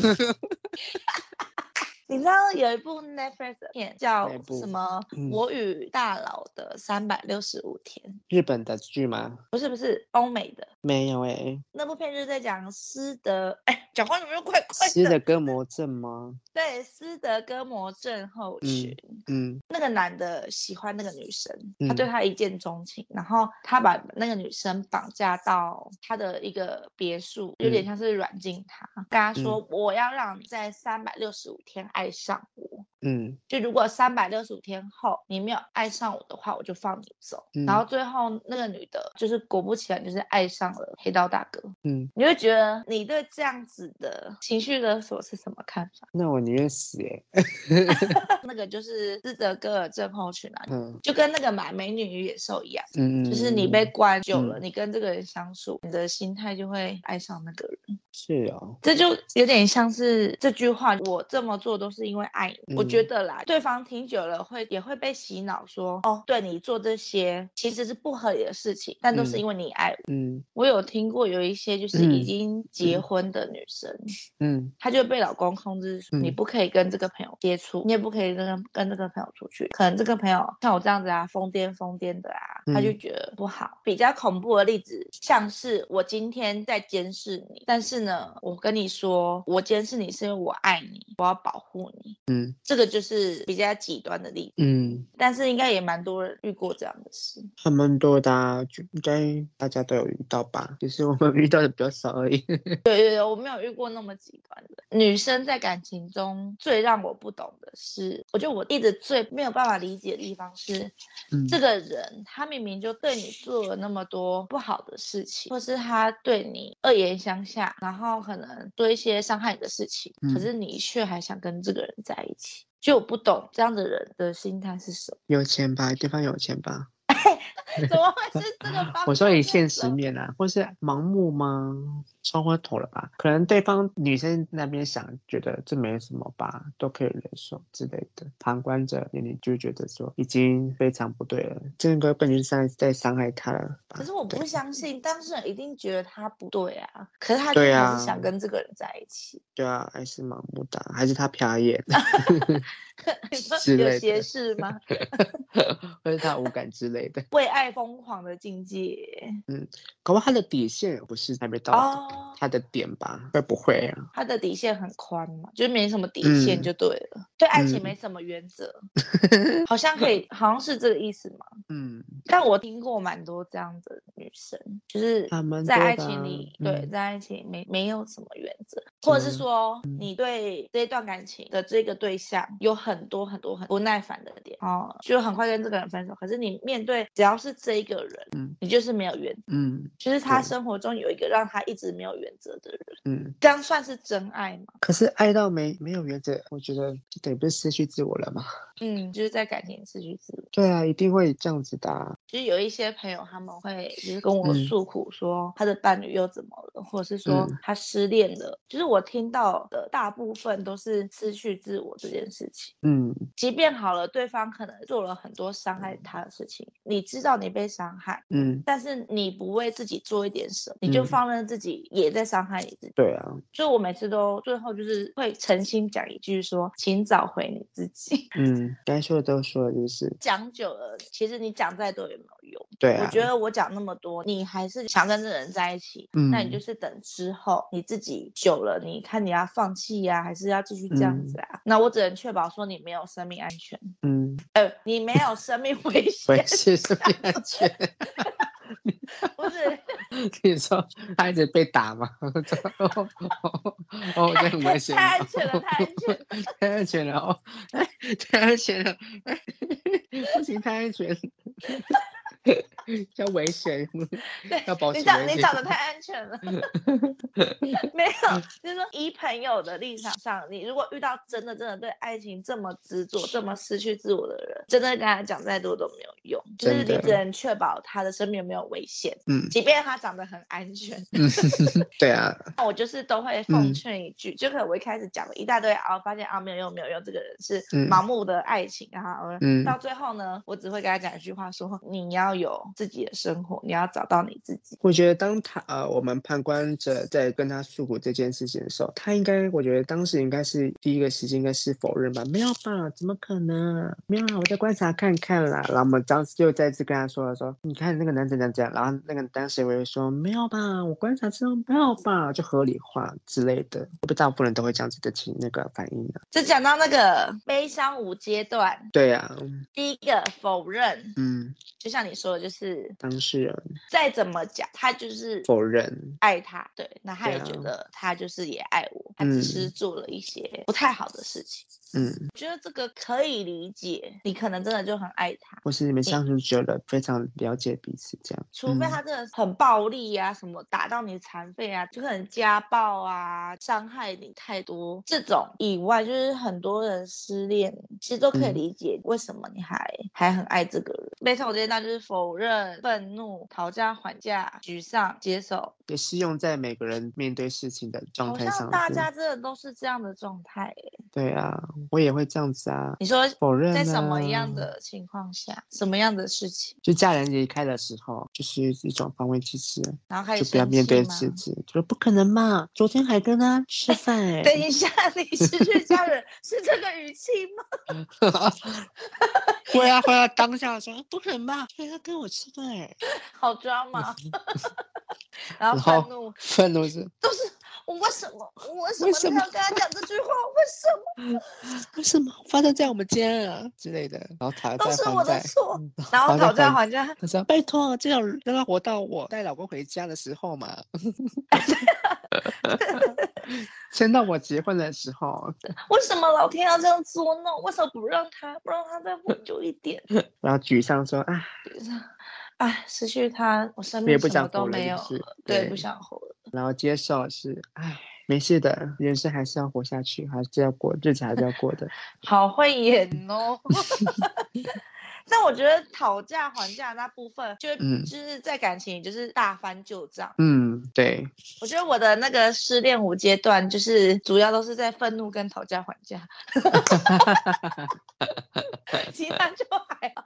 [SPEAKER 2] 你知道有一部 Netflix 的片叫
[SPEAKER 1] 哪一部
[SPEAKER 2] 什么
[SPEAKER 1] 嗯
[SPEAKER 2] 《我与大佬的三百六十五天》？
[SPEAKER 1] 日本的剧吗？
[SPEAKER 2] 不是不是，欧美的
[SPEAKER 1] 没有哎、
[SPEAKER 2] 那部片就是在讲斯德，哎，讲话有没有怪怪
[SPEAKER 1] 吃
[SPEAKER 2] 的？
[SPEAKER 1] 的歌魔症吗？
[SPEAKER 2] 对，斯德哥尔摩症候
[SPEAKER 1] 嗯
[SPEAKER 2] 群。
[SPEAKER 1] 嗯
[SPEAKER 2] 那个男的喜欢那个女生，他对
[SPEAKER 1] 嗯
[SPEAKER 2] 她一见钟情，然后他把那个女生绑架到他的一个别墅，有点
[SPEAKER 1] 嗯
[SPEAKER 2] 像是软禁她，跟他说、我要让你在三百六十五天爱上我。
[SPEAKER 1] 嗯
[SPEAKER 2] 就如果三百六十五天后你没有爱上我的话，我就放你走。然
[SPEAKER 1] 嗯
[SPEAKER 2] 后最后那个女的，就是果不其然，就是爱上了黑道大哥。
[SPEAKER 1] 嗯，
[SPEAKER 2] 你会觉得你对这样子的情绪勒索是什么看法？
[SPEAKER 1] 那我宁愿死哎、
[SPEAKER 2] 那个就是斯德哥尔症候群啊，
[SPEAKER 1] 嗯
[SPEAKER 2] 就跟那个买美女与野兽一样，
[SPEAKER 1] 嗯嗯，
[SPEAKER 2] 就是你
[SPEAKER 1] 嗯
[SPEAKER 2] 被
[SPEAKER 1] 嗯
[SPEAKER 2] 关久了，
[SPEAKER 1] 嗯
[SPEAKER 2] 你跟这个人相处，你的心态就会爱上那个人。
[SPEAKER 1] 是哦，
[SPEAKER 2] 这就有点像是这句话，我这么做都是因为爱你。我觉
[SPEAKER 1] 嗯
[SPEAKER 2] 得啦，对方听久了会也会被洗脑说，哦，对你做这些其实是不合理的事情，但都是
[SPEAKER 1] 嗯
[SPEAKER 2] 因为你爱我。
[SPEAKER 1] 嗯
[SPEAKER 2] 我有听过有一些就是已
[SPEAKER 1] 嗯
[SPEAKER 2] 经结
[SPEAKER 1] 嗯
[SPEAKER 2] 婚的女生，
[SPEAKER 1] 嗯
[SPEAKER 2] 她就被老公控制说，你
[SPEAKER 1] 嗯
[SPEAKER 2] 不可以跟这个朋友接触，你也不可以跟跟这个朋友出去。可能这个朋友像我这样子啊，疯癫疯癫的啊，他就
[SPEAKER 1] 嗯
[SPEAKER 2] 觉得不好。比较恐怖的例子，像是我今天在监视你，但是呢，我跟你说，我监视你是因为我爱你，我要保护你。
[SPEAKER 1] 嗯
[SPEAKER 2] 这个就是比较极端的例子，
[SPEAKER 1] 嗯，
[SPEAKER 2] 但是应该也蛮多人遇过这样的事。
[SPEAKER 1] 还蛮多的、啊，就应该大家都有遇到吧，只是我们遇到的比较少而已。
[SPEAKER 2] 对对对，我没有遇过那么极端的。女生在感情中最让我不懂的是，我觉得我一直最没有办法理解的地方是，
[SPEAKER 1] 嗯
[SPEAKER 2] 这个人他明明就对你做了那么多不好的事情，或是他对你恶言相向，然后可能做一些伤害你的事情，
[SPEAKER 1] 嗯
[SPEAKER 2] 可是你却还想跟这个人在一起。就我不懂这样的人的心态是什么？
[SPEAKER 1] 有钱吧，对方有钱吧。
[SPEAKER 2] 怎么会是这个方面？
[SPEAKER 1] 我说以现实面啊，或是盲目吗？冲昏头了吧？可能对方女生那边想觉得这没什么吧，都可以忍受之类的。旁观者眼里就觉得说已经非常不对了，这个本质上在伤害他了吧
[SPEAKER 2] 可？是我
[SPEAKER 1] 啊对
[SPEAKER 2] 不相信，当事人一定觉得他不对啊，可是他就
[SPEAKER 1] 对
[SPEAKER 2] 还
[SPEAKER 1] 啊
[SPEAKER 2] 是想跟这个人在一起。
[SPEAKER 1] 对啊，还是盲目的，还是他瞟眼，
[SPEAKER 2] 你说
[SPEAKER 1] 之类
[SPEAKER 2] 有
[SPEAKER 1] 的
[SPEAKER 2] 斜 视吗？
[SPEAKER 1] 或是他无感之类的。
[SPEAKER 2] 为爱疯狂的境界
[SPEAKER 1] 搞不好他的底线不是还没到
[SPEAKER 2] 哦，
[SPEAKER 1] 他的点吧？会不会啊？
[SPEAKER 2] 他的底线很宽嘛，就是没什么底线
[SPEAKER 1] 嗯
[SPEAKER 2] 就对了，对爱情
[SPEAKER 1] 嗯
[SPEAKER 2] 没什么原则， 好像可以，好像是这个意思嘛。
[SPEAKER 1] 嗯，
[SPEAKER 2] 但我听过蛮多这样的女生，就是
[SPEAKER 1] 还蛮
[SPEAKER 2] 在
[SPEAKER 1] 多
[SPEAKER 2] 爱
[SPEAKER 1] 的
[SPEAKER 2] 情
[SPEAKER 1] 啊
[SPEAKER 2] 里，对，
[SPEAKER 1] 嗯
[SPEAKER 2] 在爱情里没没有什么原则，或者是
[SPEAKER 1] 嗯
[SPEAKER 2] 说你对这段感情的这个对象有很多很多很不耐烦的点哦，就很快跟这个人分手。可是你面对只要是这一个人，
[SPEAKER 1] 嗯
[SPEAKER 2] 你就是没有原则，
[SPEAKER 1] 嗯
[SPEAKER 2] 就是他
[SPEAKER 1] 对
[SPEAKER 2] 生活中有一个让他一直没有原则的人，
[SPEAKER 1] 嗯。
[SPEAKER 2] 这样算是真爱吗？
[SPEAKER 1] 可是爱到没没有原则，我觉得就等于不是失去自我了嘛？
[SPEAKER 2] 嗯，就是在感情失去自我。
[SPEAKER 1] 对啊，一定会这样子的啊、
[SPEAKER 2] 就是有一些朋友他们会就是跟我
[SPEAKER 1] 嗯
[SPEAKER 2] 诉苦说他的伴侣又怎么了，或者是说
[SPEAKER 1] 嗯
[SPEAKER 2] 他失恋了，就是我听到的大部分都是失去自我这件事情。
[SPEAKER 1] 嗯
[SPEAKER 2] 即便好了，对方可能做了很多伤害他的事情，你知道你被伤害，
[SPEAKER 1] 嗯，
[SPEAKER 2] 但是你不为自己做一点什么，你就
[SPEAKER 1] 嗯
[SPEAKER 2] 放任自己也在伤害你自己。
[SPEAKER 1] 对啊，
[SPEAKER 2] 所以我每次都最后就是会诚心讲一句说，请找回你自己。
[SPEAKER 1] 嗯，该说的都说了，就是
[SPEAKER 2] 讲久了，其实你讲再多也没有用。
[SPEAKER 1] 对
[SPEAKER 2] 我
[SPEAKER 1] 啊，
[SPEAKER 2] 觉得我讲那么多，你还是想跟这个人在一起，那你
[SPEAKER 1] 嗯
[SPEAKER 2] 就是等之后你自己久了，你看你要放弃呀、还是要继续这样
[SPEAKER 1] 嗯
[SPEAKER 2] 子啊？那我只能确保说你没有生命安全，
[SPEAKER 1] 嗯，
[SPEAKER 2] 呃，你没有生命危
[SPEAKER 1] 维
[SPEAKER 2] 险。
[SPEAKER 1] 持生命安全。
[SPEAKER 2] 不是，
[SPEAKER 1] 你说他一直被打吗？ 我说哦哦哦，这很危险哦，
[SPEAKER 2] 太安全了，
[SPEAKER 1] 太安全
[SPEAKER 2] 太安全了。
[SPEAKER 1] 了哦，哎太安全了， 哎不行，太安全， 要危险，
[SPEAKER 2] 对
[SPEAKER 1] 要保
[SPEAKER 2] 你
[SPEAKER 1] 持
[SPEAKER 2] 长
[SPEAKER 1] 危险。
[SPEAKER 2] 你长得太安全了，没有，就是说以朋友的立场上，你如果遇到真的真的对爱情这么执着、这么失去自我的人，真的跟他讲再多都没有用，就是
[SPEAKER 1] 真
[SPEAKER 2] 你
[SPEAKER 1] 的
[SPEAKER 2] 只能确保他的生命没有危险，
[SPEAKER 1] 嗯
[SPEAKER 2] 即便他长得很安全，
[SPEAKER 1] 嗯， 对啊，
[SPEAKER 2] 我就是都会
[SPEAKER 1] 嗯
[SPEAKER 2] 奉劝一句，就可能我一开始讲了一大堆，然后发现啊没有用，没有用，这个人是
[SPEAKER 1] 嗯
[SPEAKER 2] 盲目的爱情啊，而
[SPEAKER 1] 嗯
[SPEAKER 2] 到最后呢，我只会跟他讲一句话说，你要有自己的生活，你要找到你自己。
[SPEAKER 1] 我觉得当他呃，我们旁观者在跟他诉苦这件事情的时候，他应该，我觉得当时应该是第一个时间应该是否认吧，没有吧，怎么可能？没有啦，我再观察看看啦。然后我们当时就再次跟他说了说，你看那个男怎样怎样，然后那个当时我也说没有吧，我观察之后没有吧，就合理化之类的。我不知道部分人都会这样子的情那个反应的、啊
[SPEAKER 2] 就讲到那个悲伤五阶段，
[SPEAKER 1] 对呀、
[SPEAKER 2] 第一个否认，
[SPEAKER 1] 嗯，
[SPEAKER 2] 就像你说的，就是
[SPEAKER 1] 当事人
[SPEAKER 2] 再怎么讲，他就是
[SPEAKER 1] 否认，
[SPEAKER 2] 爱他，对，那他也
[SPEAKER 1] 对啊
[SPEAKER 2] 觉得他就是也爱我，他只是做了一些不太好的事情。
[SPEAKER 1] 嗯，
[SPEAKER 2] 我觉得这个可以理解，你可能真的就很爱他，
[SPEAKER 1] 或是你们相处久了，非常了解彼此这样。
[SPEAKER 2] 除非
[SPEAKER 1] 嗯
[SPEAKER 2] 他真的很暴力呀、什么打到你残废啊，就可能家暴啊，伤害你太多这种以外，就是很多人失恋，其实都可以
[SPEAKER 1] 嗯
[SPEAKER 2] 理解为什么你还、还很爱这个人。没错，我接到就是否认、愤怒、讨价还价、沮丧、接受，
[SPEAKER 1] 也适用在每个人面对事情的状
[SPEAKER 2] 好
[SPEAKER 1] 态
[SPEAKER 2] 像
[SPEAKER 1] 上
[SPEAKER 2] 大
[SPEAKER 1] 是
[SPEAKER 2] 家真的都是这样的状态耶。
[SPEAKER 1] 对啊，我也会这样子啊，
[SPEAKER 2] 你说
[SPEAKER 1] 否认、啊、
[SPEAKER 2] 在什么样？的情况下，什么样的事情，
[SPEAKER 1] 就家人离开的时候，就是一种防卫机制，
[SPEAKER 2] 然后开
[SPEAKER 1] 就
[SPEAKER 2] 始
[SPEAKER 1] 不要
[SPEAKER 2] 生
[SPEAKER 1] 面
[SPEAKER 2] 气
[SPEAKER 1] 对
[SPEAKER 2] 吗
[SPEAKER 1] 自己，就说不可能嘛，昨天还跟他 吃饭哎、
[SPEAKER 2] 等一下，你失去家人是这个语气吗？
[SPEAKER 1] 会啊会啊，当下说不可能吧，所以他跟我吃饭哎、
[SPEAKER 2] 好抓嘛，嗯 然后
[SPEAKER 1] 然后
[SPEAKER 2] 愤怒，
[SPEAKER 1] 愤怒是
[SPEAKER 2] 都是我为什么我为
[SPEAKER 1] 为
[SPEAKER 2] 什
[SPEAKER 1] 什
[SPEAKER 2] 么
[SPEAKER 1] 么
[SPEAKER 2] 要跟他讲这句话？为什么
[SPEAKER 1] 为什么发生在我们家啊之类的，然后讨
[SPEAKER 2] 都
[SPEAKER 1] 债
[SPEAKER 2] 是
[SPEAKER 1] 还
[SPEAKER 2] 我的
[SPEAKER 1] 债，
[SPEAKER 2] 错
[SPEAKER 1] 嗯？
[SPEAKER 2] 然后讨价
[SPEAKER 1] 还。
[SPEAKER 2] 还价，
[SPEAKER 1] 他说：“拜托，这种让他活到我带老公回家的时候嘛， 先到我结婚的时候，
[SPEAKER 2] 为什么老天要这样捉弄？为什么不让他不让他再稳住一点？
[SPEAKER 1] 然后沮丧说：‘啊，
[SPEAKER 2] 哎，失去他，我生
[SPEAKER 1] 你也
[SPEAKER 2] 命
[SPEAKER 1] 不
[SPEAKER 2] 什
[SPEAKER 1] 想
[SPEAKER 2] 么都
[SPEAKER 1] 活了，
[SPEAKER 2] 没
[SPEAKER 1] 是
[SPEAKER 2] 有
[SPEAKER 1] 不是
[SPEAKER 2] 了，对，不
[SPEAKER 1] 对
[SPEAKER 2] 想活了。
[SPEAKER 1] 然后接受是，唉，没事的，人生还是要活下去，还是要过日子，还是要过的。
[SPEAKER 2] 好会演哦。但我觉得讨价还价那部分，就、
[SPEAKER 1] 嗯
[SPEAKER 2] 就是在感情里就是大翻旧账。
[SPEAKER 1] 嗯，对，
[SPEAKER 2] 我觉得我的那个失恋五阶段，就是主要都是在愤怒跟讨价还价，其他就还好。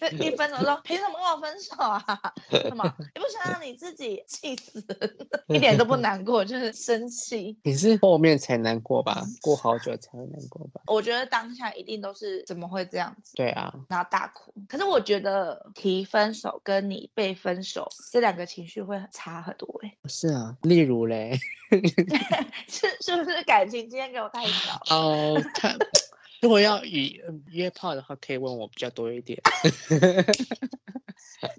[SPEAKER 2] 对一分手说凭什么跟我分手啊？什么你不想让你自己气死人，一点都不难过，就是生气。
[SPEAKER 1] 你是后面才难过吧？过好久才会难过吧？
[SPEAKER 2] 我觉得当下一定都是怎么会这样子，
[SPEAKER 1] 对啊，
[SPEAKER 2] 然后大哭。可是我觉得提分手跟你被分手这两个情绪会很差很多、欸，
[SPEAKER 1] 是啊，例如嘞，
[SPEAKER 2] 是是不是感情经验给我太少？
[SPEAKER 1] 哦，他 如果要以嗯约炮的话，可以问我比较多一点。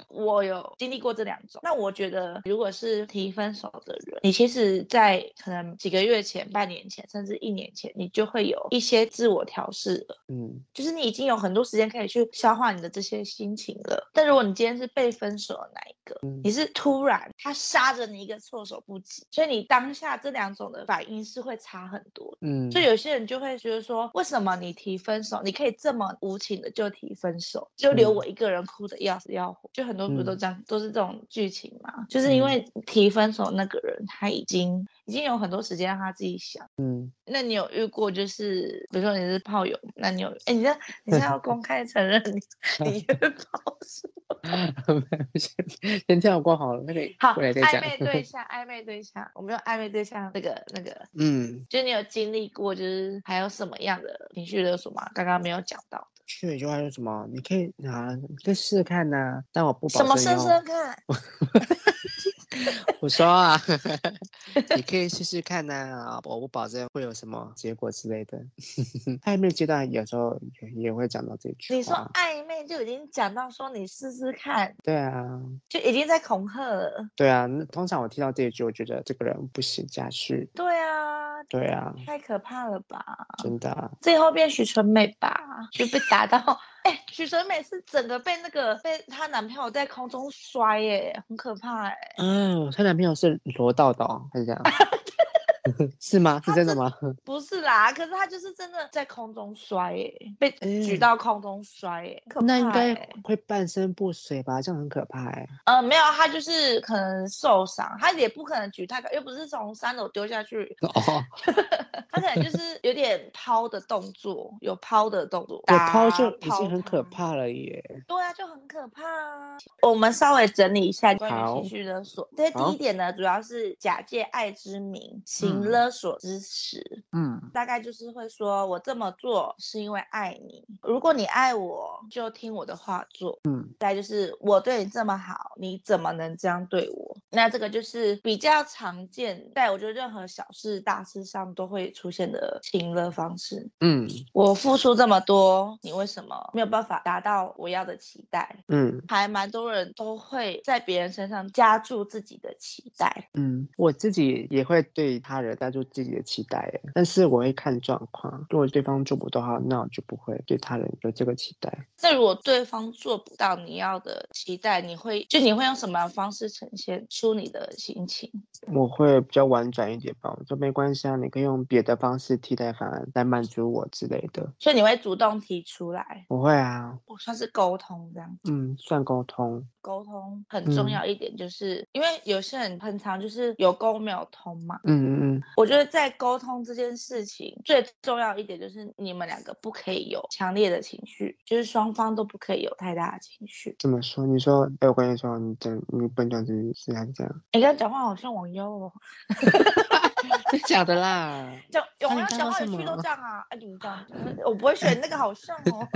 [SPEAKER 2] 我有经历过这两种。那我觉得，如果是提分手的人，你其实，在可能几个月前、半年前，甚至一年前，你就会有一些自我调试了。
[SPEAKER 1] 嗯
[SPEAKER 2] 就是你已经有很多时间可以去消化你的这些心情了，但如果你今天是被分手的那一个，
[SPEAKER 1] 嗯
[SPEAKER 2] 你是突然他杀着你一个措手不及，所以你当下这两种的反应是会差很多的
[SPEAKER 1] 嗯，
[SPEAKER 2] 所以有些人就会觉得说，为什么你提分手，你可以这么无情的就提分手，就留
[SPEAKER 1] 嗯
[SPEAKER 2] 我一个人哭的要死要活？就很多书不
[SPEAKER 1] 嗯
[SPEAKER 2] 都这样，都是这种剧情嘛？就是因为提分手那个人他已经已经有很多时间让他自己想。
[SPEAKER 1] 嗯，
[SPEAKER 2] 那你有遇过就是，比如说你是炮友，那你有哎，你这你现在要公开承认 你你约炮是吗？
[SPEAKER 1] 先先跳过好了，那个
[SPEAKER 2] 好，
[SPEAKER 1] 未来再
[SPEAKER 2] 暧
[SPEAKER 1] 讲。
[SPEAKER 2] 昧对象，暧昧对象，我们用暧昧对象那个那个，
[SPEAKER 1] 嗯，
[SPEAKER 2] 就是你有经历过，就是还有什么样的情绪勒索吗？刚刚没有讲到的，
[SPEAKER 1] 去就还有什么？你可以啊，你可以试试看呐、但我不保
[SPEAKER 2] 什么
[SPEAKER 1] 证
[SPEAKER 2] 深
[SPEAKER 1] 哟
[SPEAKER 2] 深看？
[SPEAKER 1] 我说 啊，你可以试试看呐、我不保证会有什么结果之类的。暧昧阶段有时候也也会讲到这句话。
[SPEAKER 2] 你说暧昧就已经讲到说你试试看，
[SPEAKER 1] 对啊，
[SPEAKER 2] 就已经在恐吓了。
[SPEAKER 1] 对啊。那通常我听到这一句，我觉得这个人不行下去。
[SPEAKER 2] 对啊，
[SPEAKER 1] 对啊，
[SPEAKER 2] 太可怕了吧！
[SPEAKER 1] 真的啊、
[SPEAKER 2] 最后变许纯美吧，就被打到。哎、许纯美是整个被那个被她男朋友在空中摔、耶，很可怕哎、
[SPEAKER 1] 嗯，她男朋友是罗道的哦，还是这 样？是吗？是真的吗？
[SPEAKER 2] 不是啦，可是她就是真的在空中摔、耶，被举
[SPEAKER 1] 嗯
[SPEAKER 2] 到空中摔、耶，可
[SPEAKER 1] 那应
[SPEAKER 2] 怕
[SPEAKER 1] 该
[SPEAKER 2] 耶
[SPEAKER 1] 会半身不遂吧？这样很可怕哎、
[SPEAKER 2] 呃没有，她就是可能受伤，她也不可能举太高，又不是从三楼丢下去，
[SPEAKER 1] 哦，
[SPEAKER 2] 她可能就是有点抛的动作，有抛的动作，
[SPEAKER 1] 我抛
[SPEAKER 2] 打
[SPEAKER 1] 就已经很
[SPEAKER 2] 她
[SPEAKER 1] 可怕了耶。
[SPEAKER 2] 对啊，就很可怕啊。我们稍微整理一下关于
[SPEAKER 1] 好
[SPEAKER 2] 情绪勒索。这第
[SPEAKER 1] 好
[SPEAKER 2] 一点呢，主要是假借爱之名行
[SPEAKER 1] 嗯
[SPEAKER 2] 勒索之实，
[SPEAKER 1] 嗯
[SPEAKER 2] 大概就是会说我这么做是因为爱你，如果你爱我，就听我的话做。
[SPEAKER 1] 嗯
[SPEAKER 2] 再就是我对你这么好，你怎么能这样对我？那这个就是比较常见，在我觉得任何小事大事上都会出现的情勒方式。
[SPEAKER 1] 嗯
[SPEAKER 2] 我付出这么多，你为什么没有办法达到我要的期待？
[SPEAKER 1] 嗯
[SPEAKER 2] 还蛮多人都会在别人身上加注自己的期待。
[SPEAKER 1] 嗯，我自己也会对他人带出自己的期待耶，但是我会看状况，如果对方做不到的话，那我就不会对他人有这个期待。
[SPEAKER 2] 那如果对方做不到你要的期待，你会就你会用什么样的方式呈现出你的心情？
[SPEAKER 1] 我会比较婉转一点吧，我说没关系啊，你可以用别的方式替代方案来满足我之类的。
[SPEAKER 2] 所以你会主动提出来，
[SPEAKER 1] 我会啊，
[SPEAKER 2] 我算是沟通这样。
[SPEAKER 1] 嗯，算沟通，
[SPEAKER 2] 沟通很重
[SPEAKER 1] 嗯
[SPEAKER 2] 要一点，就是、因为有些人很常就是有沟没有通嘛。
[SPEAKER 1] 嗯嗯嗯，
[SPEAKER 2] 我觉得在沟通这件事情最重要一点就是你们两个不可以有强烈的情绪，就是双方都不可以有太大的情绪。
[SPEAKER 1] 怎么说？你说，哎，我跟你说，你这样你不能这样子，啊是还是这样？
[SPEAKER 2] 你刚刚讲话好像网友哦，
[SPEAKER 1] 真假的啦？
[SPEAKER 2] 讲
[SPEAKER 1] 那
[SPEAKER 2] 网
[SPEAKER 1] 你
[SPEAKER 2] 友
[SPEAKER 1] 刚
[SPEAKER 2] 讲
[SPEAKER 1] 刚
[SPEAKER 2] 话
[SPEAKER 1] 说
[SPEAKER 2] 语
[SPEAKER 1] 什
[SPEAKER 2] 气都
[SPEAKER 1] 么
[SPEAKER 2] 这样啊，哎，你们这样，我不会选那个好像哦。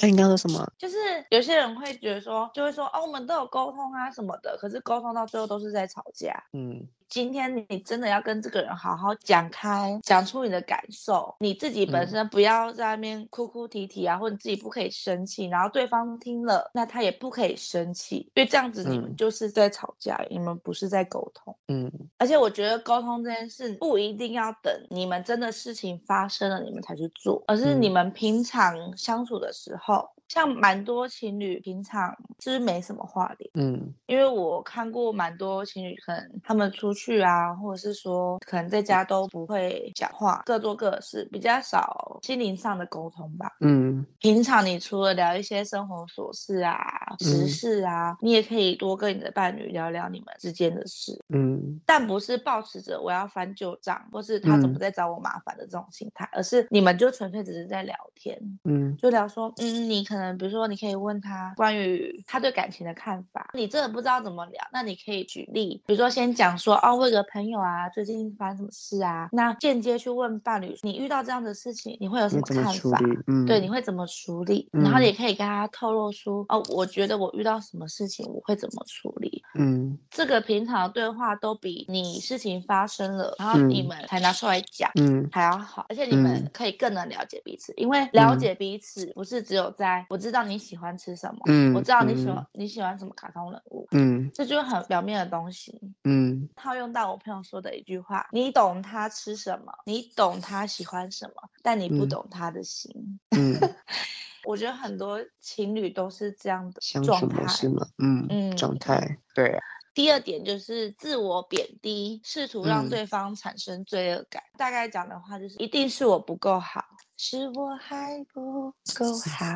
[SPEAKER 1] 那你刚刚说什么？
[SPEAKER 2] 就是有些人会觉得说，就会说哦，我们都有沟通啊什么的，可是沟通到最后都是在吵架。
[SPEAKER 1] 嗯
[SPEAKER 2] 今天你真的要跟这个人好好讲开，讲出你的感受，你自己本
[SPEAKER 1] 嗯
[SPEAKER 2] 身不要在那边哭哭啼啼啊，或者你自己不可以生气，然后对方听了，那他也不可以生气，因为这样子你们
[SPEAKER 1] 嗯
[SPEAKER 2] 就是在吵架，你们不是在沟通。
[SPEAKER 1] 嗯
[SPEAKER 2] 而且我觉得沟通这件事不一定要等你们真的事情发生了你们才去做，而是你
[SPEAKER 1] 嗯
[SPEAKER 2] 们平常相处的时候，像蛮多情侣平常就是没什么话聊。
[SPEAKER 1] 嗯
[SPEAKER 2] 因为我看过蛮多情侣，可能他们出去啊，或者是说可能在家都不会讲话，各做各的事，比较少心灵上的沟通吧。
[SPEAKER 1] 嗯
[SPEAKER 2] 平常你除了聊一些生活琐事啊、时
[SPEAKER 1] 嗯
[SPEAKER 2] 事啊，你也可以多跟你的伴侣聊聊你们之间的事，
[SPEAKER 1] 嗯
[SPEAKER 2] 但不是抱持着我要翻旧账，或是他怎
[SPEAKER 1] 嗯
[SPEAKER 2] 么在找我麻烦的这种心态，而是你们就纯粹只是在聊天，
[SPEAKER 1] 嗯
[SPEAKER 2] 就聊说，嗯，你可能比如说，你可以问他关于他对感情的看法。你真的不知道怎么聊，那你可以举例，比如说先讲说，哦，我有个朋友啊，最近发生什么事啊，那间接去问伴侣，你遇到这样的事情，你会有什
[SPEAKER 1] 你
[SPEAKER 2] 么
[SPEAKER 1] 怎么
[SPEAKER 2] 看
[SPEAKER 1] 处
[SPEAKER 2] 法？
[SPEAKER 1] 理？嗯，
[SPEAKER 2] 对，你会怎么处理？然后
[SPEAKER 1] 嗯
[SPEAKER 2] 你也可以跟他透露出，哦，我觉得我遇到什么事情，我会怎么处理。
[SPEAKER 1] 嗯
[SPEAKER 2] 这个平常的对话都比你事情发生了，然后你
[SPEAKER 1] 嗯
[SPEAKER 2] 们才拿出来讲，
[SPEAKER 1] 嗯
[SPEAKER 2] 还要好，而且你们
[SPEAKER 1] 嗯
[SPEAKER 2] 可以更能了解彼此，因为了
[SPEAKER 1] 嗯
[SPEAKER 2] 解彼此不是只有在我知道你喜欢吃什么，
[SPEAKER 1] 嗯
[SPEAKER 2] 我知道你喜欢
[SPEAKER 1] 嗯
[SPEAKER 2] 你喜欢什么卡通人物，
[SPEAKER 1] 嗯
[SPEAKER 2] 这就是很表面的东西。
[SPEAKER 1] 嗯
[SPEAKER 2] 套用到我朋友说的一句话：你懂他吃什么，你懂他喜欢什么，但你不
[SPEAKER 1] 嗯
[SPEAKER 2] 懂他的心。
[SPEAKER 1] 嗯，
[SPEAKER 2] 我觉得很多情侣都是这样的
[SPEAKER 1] 相
[SPEAKER 2] 状
[SPEAKER 1] 处模
[SPEAKER 2] 态。
[SPEAKER 1] 式嘛，嗯，
[SPEAKER 2] 嗯
[SPEAKER 1] 状态， 对啊，
[SPEAKER 2] 第二点就是自我贬低，试图让
[SPEAKER 1] 嗯
[SPEAKER 2] 对方产生罪恶感。大概讲的话就是，一定是我不够好， 是我还不够好。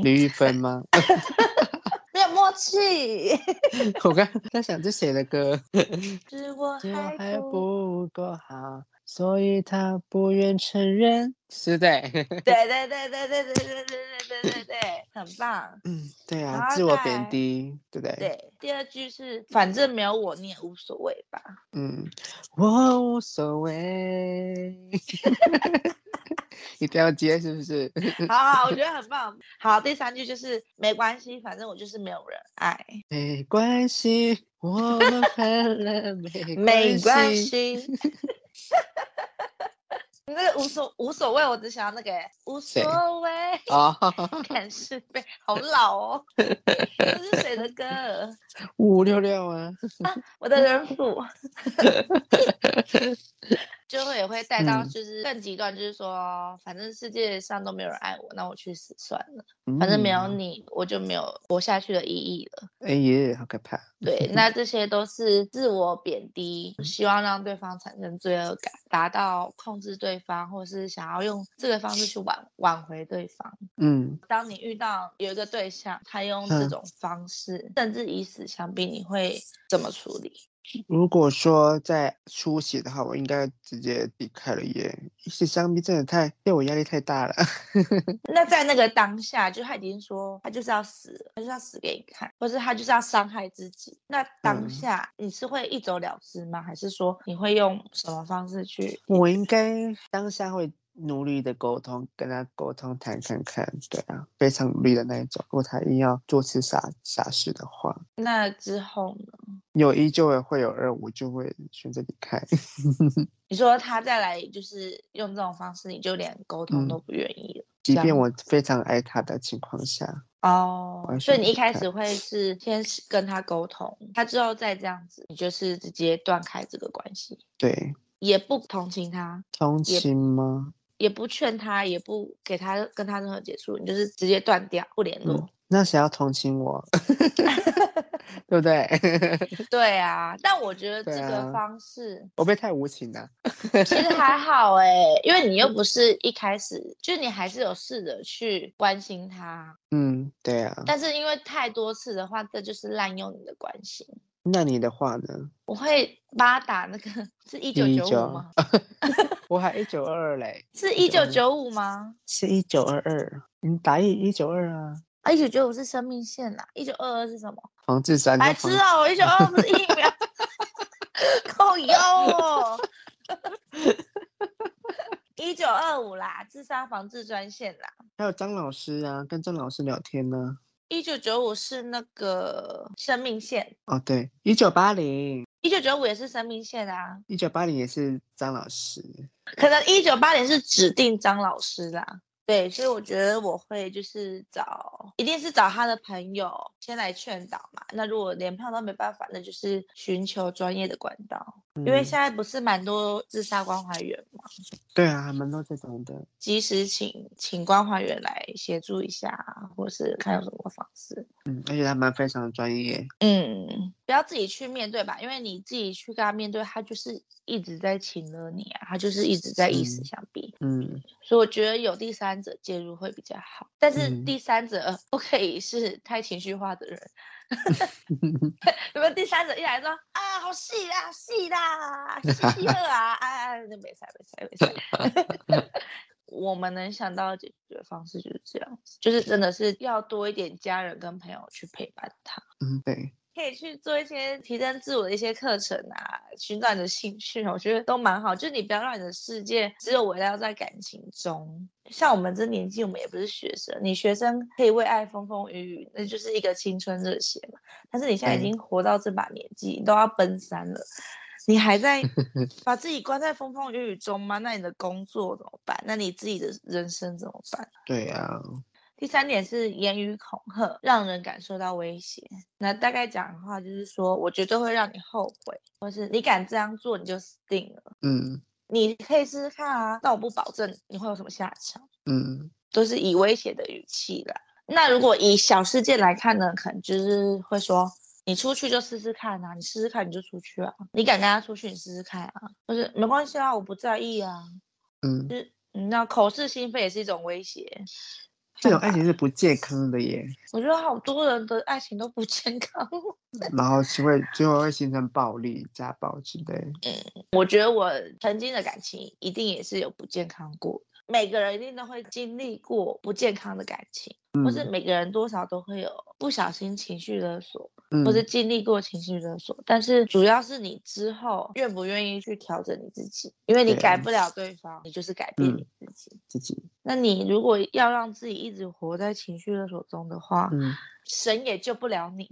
[SPEAKER 1] 李玉芬吗？
[SPEAKER 2] 没有，有默契。
[SPEAKER 1] 我刚在想这谁的 歌？
[SPEAKER 2] 是我
[SPEAKER 1] 我
[SPEAKER 2] 还
[SPEAKER 1] 还
[SPEAKER 2] 不
[SPEAKER 1] 不够好，所以他不愿承认，是的。
[SPEAKER 2] 对对对对对对对对对对对对，很棒。
[SPEAKER 1] 嗯，对
[SPEAKER 2] 然
[SPEAKER 1] 啊，
[SPEAKER 2] 后
[SPEAKER 1] 自我
[SPEAKER 2] 再来
[SPEAKER 1] 贬低，对不对？
[SPEAKER 2] 对，第二句是反正没有我你也无所谓吧。
[SPEAKER 1] 嗯，我无所谓。 一定要接是不是？
[SPEAKER 2] 好好，我 觉得很棒。好，第三句就是没关系，反正我就是没有人爱，
[SPEAKER 1] 没关系，我们分了，没
[SPEAKER 2] 没关
[SPEAKER 1] 系。
[SPEAKER 2] 系。 你那个无所无所谓，我只想要那个欸无
[SPEAKER 1] 谁
[SPEAKER 2] 所谓，
[SPEAKER 1] 啊，
[SPEAKER 2] 感是被好老哦。这是谁的歌？
[SPEAKER 1] 五五六六啊，
[SPEAKER 2] 我的人父 就会也会带到，
[SPEAKER 1] 嗯
[SPEAKER 2] 就是更极端，就是说，反正世界上都没有人爱我，那我去死算了，反正没有
[SPEAKER 1] 嗯。
[SPEAKER 2] 你，我就没有活下去的意义了。
[SPEAKER 1] 哎耶，好可怕。
[SPEAKER 2] 对，那这些都是自我贬低，希望让对方产生罪恶感，达到控制对方，或是想要用这个方式去挽挽回对方。
[SPEAKER 1] 嗯，
[SPEAKER 2] 当你遇到有一个对象，他用这
[SPEAKER 1] 嗯
[SPEAKER 2] 种方式，甚至以死相逼，你会怎么处理？
[SPEAKER 1] 如果说在初期的话，我应该直接离开了耶。一起相比真的太对我压力太大了。
[SPEAKER 2] 那在那个当下，就他已经说他就是要死了，他就是要死给你看，或是他就是要伤害自己。那当
[SPEAKER 1] 嗯
[SPEAKER 2] 下你是会一走了之吗？还是说你会用什么方式去？
[SPEAKER 1] 我应该当下会努力的沟通，跟他沟通谈看看，对啊，非常努力的那一种。如果他硬要做出傻傻事的话，
[SPEAKER 2] 那之后呢？
[SPEAKER 1] 有一就会会有二，我就会选择离开。
[SPEAKER 2] 你说他再来就是用这种方式，你就连沟通
[SPEAKER 1] 嗯
[SPEAKER 2] 都不愿意了。
[SPEAKER 1] 即
[SPEAKER 2] 这
[SPEAKER 1] 便
[SPEAKER 2] 样
[SPEAKER 1] 我非常爱他的情况下，
[SPEAKER 2] 哦
[SPEAKER 1] 我还，
[SPEAKER 2] 所以
[SPEAKER 1] 是
[SPEAKER 2] 你一开
[SPEAKER 1] 看
[SPEAKER 2] 始会是先是跟他沟通，他之后再这样子，你就是直接断开这个关系，
[SPEAKER 1] 对，
[SPEAKER 2] 也不同情他，
[SPEAKER 1] 同
[SPEAKER 2] 也
[SPEAKER 1] 情吗？
[SPEAKER 2] 也不劝他，也不给他跟他任何接触，你就是直接断掉，不联络。
[SPEAKER 1] 嗯，那谁要同情我？ 对不对？
[SPEAKER 2] 对啊，但我觉得
[SPEAKER 1] 对
[SPEAKER 2] 这个
[SPEAKER 1] 啊
[SPEAKER 2] 方式、
[SPEAKER 1] 我被太无情了。
[SPEAKER 2] 其实还好哎、因为
[SPEAKER 1] 嗯
[SPEAKER 2] 你又不是一开始，就是你还是有试着去关心他，
[SPEAKER 1] 嗯，对啊。
[SPEAKER 2] 但是因为太多次的话，这就是滥用你的关心。
[SPEAKER 1] 那你的话呢？
[SPEAKER 2] 我会帮他打那个是一九九
[SPEAKER 1] 1995
[SPEAKER 2] 五吗？
[SPEAKER 1] 我还一九二二嘞，
[SPEAKER 2] 是一九九五吗？
[SPEAKER 1] 是一九二二。你嗯打一一九二啊？
[SPEAKER 2] 啊，一九九五是生命线呐、一九二二是什么？
[SPEAKER 1] 黄志山
[SPEAKER 2] 白
[SPEAKER 1] 跟
[SPEAKER 2] 痴
[SPEAKER 1] 黄
[SPEAKER 2] 哦，一九二不是疫 苗，够优哦。一九二五啦，自杀防治专线啦。
[SPEAKER 1] 还有张老师啊，跟张老师聊天呢、
[SPEAKER 2] 一九九五是那个生命线，
[SPEAKER 1] 哦，对，一九八零，
[SPEAKER 2] 一九九五也是生命线啊。
[SPEAKER 1] 一九八零也是张老师。
[SPEAKER 2] 可能一九八零是指定张老师啦。对，所以我觉得我会就是找，一定是找他的朋友先来劝导嘛。那如果连朋友都没办法，那就是寻求专业的管道，因为
[SPEAKER 1] 嗯
[SPEAKER 2] 现在不是蛮多自杀关怀员嘛，
[SPEAKER 1] 对啊，他们都这种的。
[SPEAKER 2] 及时请请关怀员来协助一下啊，或是看有什么方式。
[SPEAKER 1] 嗯，而且他们非常专业。
[SPEAKER 2] 嗯，不要自己去面对吧，因为你自己去跟他面对，他就是一直在请了你啊，他就是一直在以死
[SPEAKER 1] 嗯
[SPEAKER 2] 相逼。
[SPEAKER 1] 嗯，
[SPEAKER 2] 所以我觉得有第三者介入会比较好，但是
[SPEAKER 1] 嗯
[SPEAKER 2] 第三者呃不可以是太情绪化的人。有没有第三者一来说啊，好细啦，细啦，细细二啊，啊，那没赛没赛没赛。 我们能想到的解决方式就是这样子，就是真的是要多一点家人跟朋友去陪伴他，
[SPEAKER 1] 嗯，对，
[SPEAKER 2] 可以去做一些提升自我的一些课程啊，寻找你的兴趣啊，我觉得都蛮好。就是你不要让你的世界只有围绕在感情中。像我们这年纪，我们也不是学生，你学生可以为爱风风雨雨，那就是一个青春热血嘛。但是你现在已
[SPEAKER 1] 对
[SPEAKER 2] 经活到这把年纪，你都要奔三了。你还在把自己关在风风雨雨中吗？那你的工作怎么办？那你自己的人生怎么办？
[SPEAKER 1] 对啊，
[SPEAKER 2] 第三点是言语恐吓，让人感受到威胁。那大概讲的话就是说，我绝对会让你后悔，或是你敢这样做，你就死定了。
[SPEAKER 1] 嗯
[SPEAKER 2] 你可以试试看啊，但我不保证你会有什么下场，
[SPEAKER 1] 嗯
[SPEAKER 2] 都是以威胁的语气啦。那如果以小事件来看呢，可能就是会说，你出去就试试看啊，你试试看你就出去啊，你敢跟他出去，你试试看啊，或是没关系啊，我不在意啊，
[SPEAKER 1] 嗯，
[SPEAKER 2] 嗯，那口是心非也是一种威胁。
[SPEAKER 1] 这种爱情是不健康的耶，
[SPEAKER 2] 我觉得好多人的爱情都不健康。
[SPEAKER 1] 然后就会最后会形成暴力、家暴之类。
[SPEAKER 2] 我觉得我曾经的感情一定也是有不健康过的，每个人一定都会经历过不健康的感情，或是
[SPEAKER 1] 嗯
[SPEAKER 2] 每个人多少都会有不小心情绪勒索，
[SPEAKER 1] 嗯
[SPEAKER 2] 或是经历过情绪勒索。但是主要是你之后愿不愿意去调整你自己，因为你
[SPEAKER 1] 对
[SPEAKER 2] 改不了对方，你就是改变
[SPEAKER 1] 嗯
[SPEAKER 2] 你自己。
[SPEAKER 1] 自己，
[SPEAKER 2] 那你如果要让自己一直活在情绪勒索中的话，
[SPEAKER 1] 嗯，
[SPEAKER 2] 神也救不了你。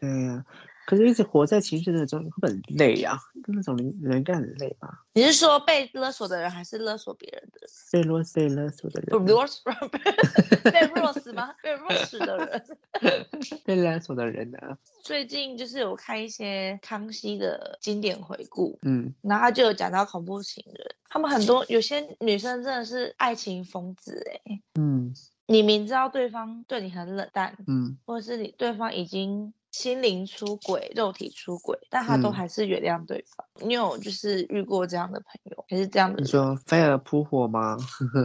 [SPEAKER 1] 对呀、可是，一直活在情绪的中，会很累啊。那种人人应该很累吧？
[SPEAKER 2] 你是说被勒索的人，还是勒索别人的人？
[SPEAKER 1] 被勒被勒索的
[SPEAKER 2] 不
[SPEAKER 1] 人，
[SPEAKER 2] 勒索 被勒死吗？被勒死的人。
[SPEAKER 1] 被勒索的人啊，
[SPEAKER 2] 最近就是有看一些康熙的经典回顾，
[SPEAKER 1] 嗯，
[SPEAKER 2] 然后他就有讲到恐怖情人，他们很多有些女生真的是爱情疯子哎、
[SPEAKER 1] 嗯
[SPEAKER 2] 你明知道对方对你很冷淡，
[SPEAKER 1] 嗯
[SPEAKER 2] 或者是你对方已经心灵出轨、肉体出轨，但他都
[SPEAKER 1] 嗯
[SPEAKER 2] 还是原谅对方。你有就是遇过这样的朋友，还是这样的
[SPEAKER 1] 你
[SPEAKER 2] 人，
[SPEAKER 1] 说飞蛾扑火吗？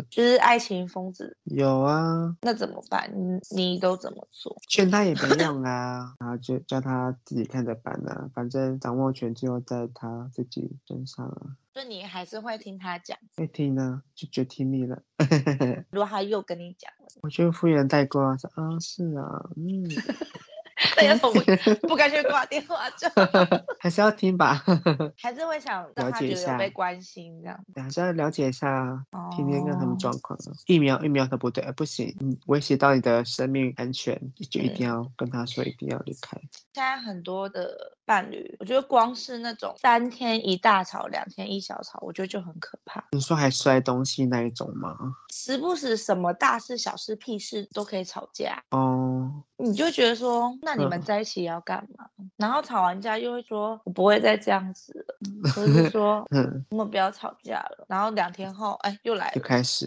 [SPEAKER 2] 就是爱情疯子，
[SPEAKER 1] 有啊，
[SPEAKER 2] 那怎么办？你你都怎么做？
[SPEAKER 1] 劝他也没用啊， 然后就叫他自己看着办啊，反正掌握权最后在他自己身上啊。
[SPEAKER 2] 就你还是会听他讲，
[SPEAKER 1] 会听啊，就就听你了。
[SPEAKER 2] 如果他又跟你讲了，
[SPEAKER 1] 我就敷衍带过啊，说啊是啊，嗯，
[SPEAKER 2] 那有什么哎不不干脆挂电话就好？
[SPEAKER 1] 还是要听吧，
[SPEAKER 2] 还是会想让
[SPEAKER 1] 了
[SPEAKER 2] 他
[SPEAKER 1] 解一
[SPEAKER 2] 觉得有被
[SPEAKER 1] 下
[SPEAKER 2] 关心这样。
[SPEAKER 1] 还是要了解一下
[SPEAKER 2] 哦，
[SPEAKER 1] 天天看他们状况啊。疫苗疫苗可不对，呃不行，嗯，威胁到你的生命安全，就一定要跟他说，一定要离开。
[SPEAKER 2] 现在很多的伴侣，我觉得光是那种三天一大吵，两天一小吵，我觉得就很可怕。
[SPEAKER 1] 你说还摔东西那一种吗？
[SPEAKER 2] 时不时什么大事小事屁事都可以吵架，
[SPEAKER 1] 哦，
[SPEAKER 2] 你就觉得说，那你们
[SPEAKER 1] 嗯
[SPEAKER 2] 在一起要干嘛？然后吵完架又会说，我不会再这样 子了，或者是说
[SPEAKER 1] 嗯，
[SPEAKER 2] 我们不要吵架了。然后两天后，哎，又来
[SPEAKER 1] 就
[SPEAKER 2] 了。
[SPEAKER 1] 开始，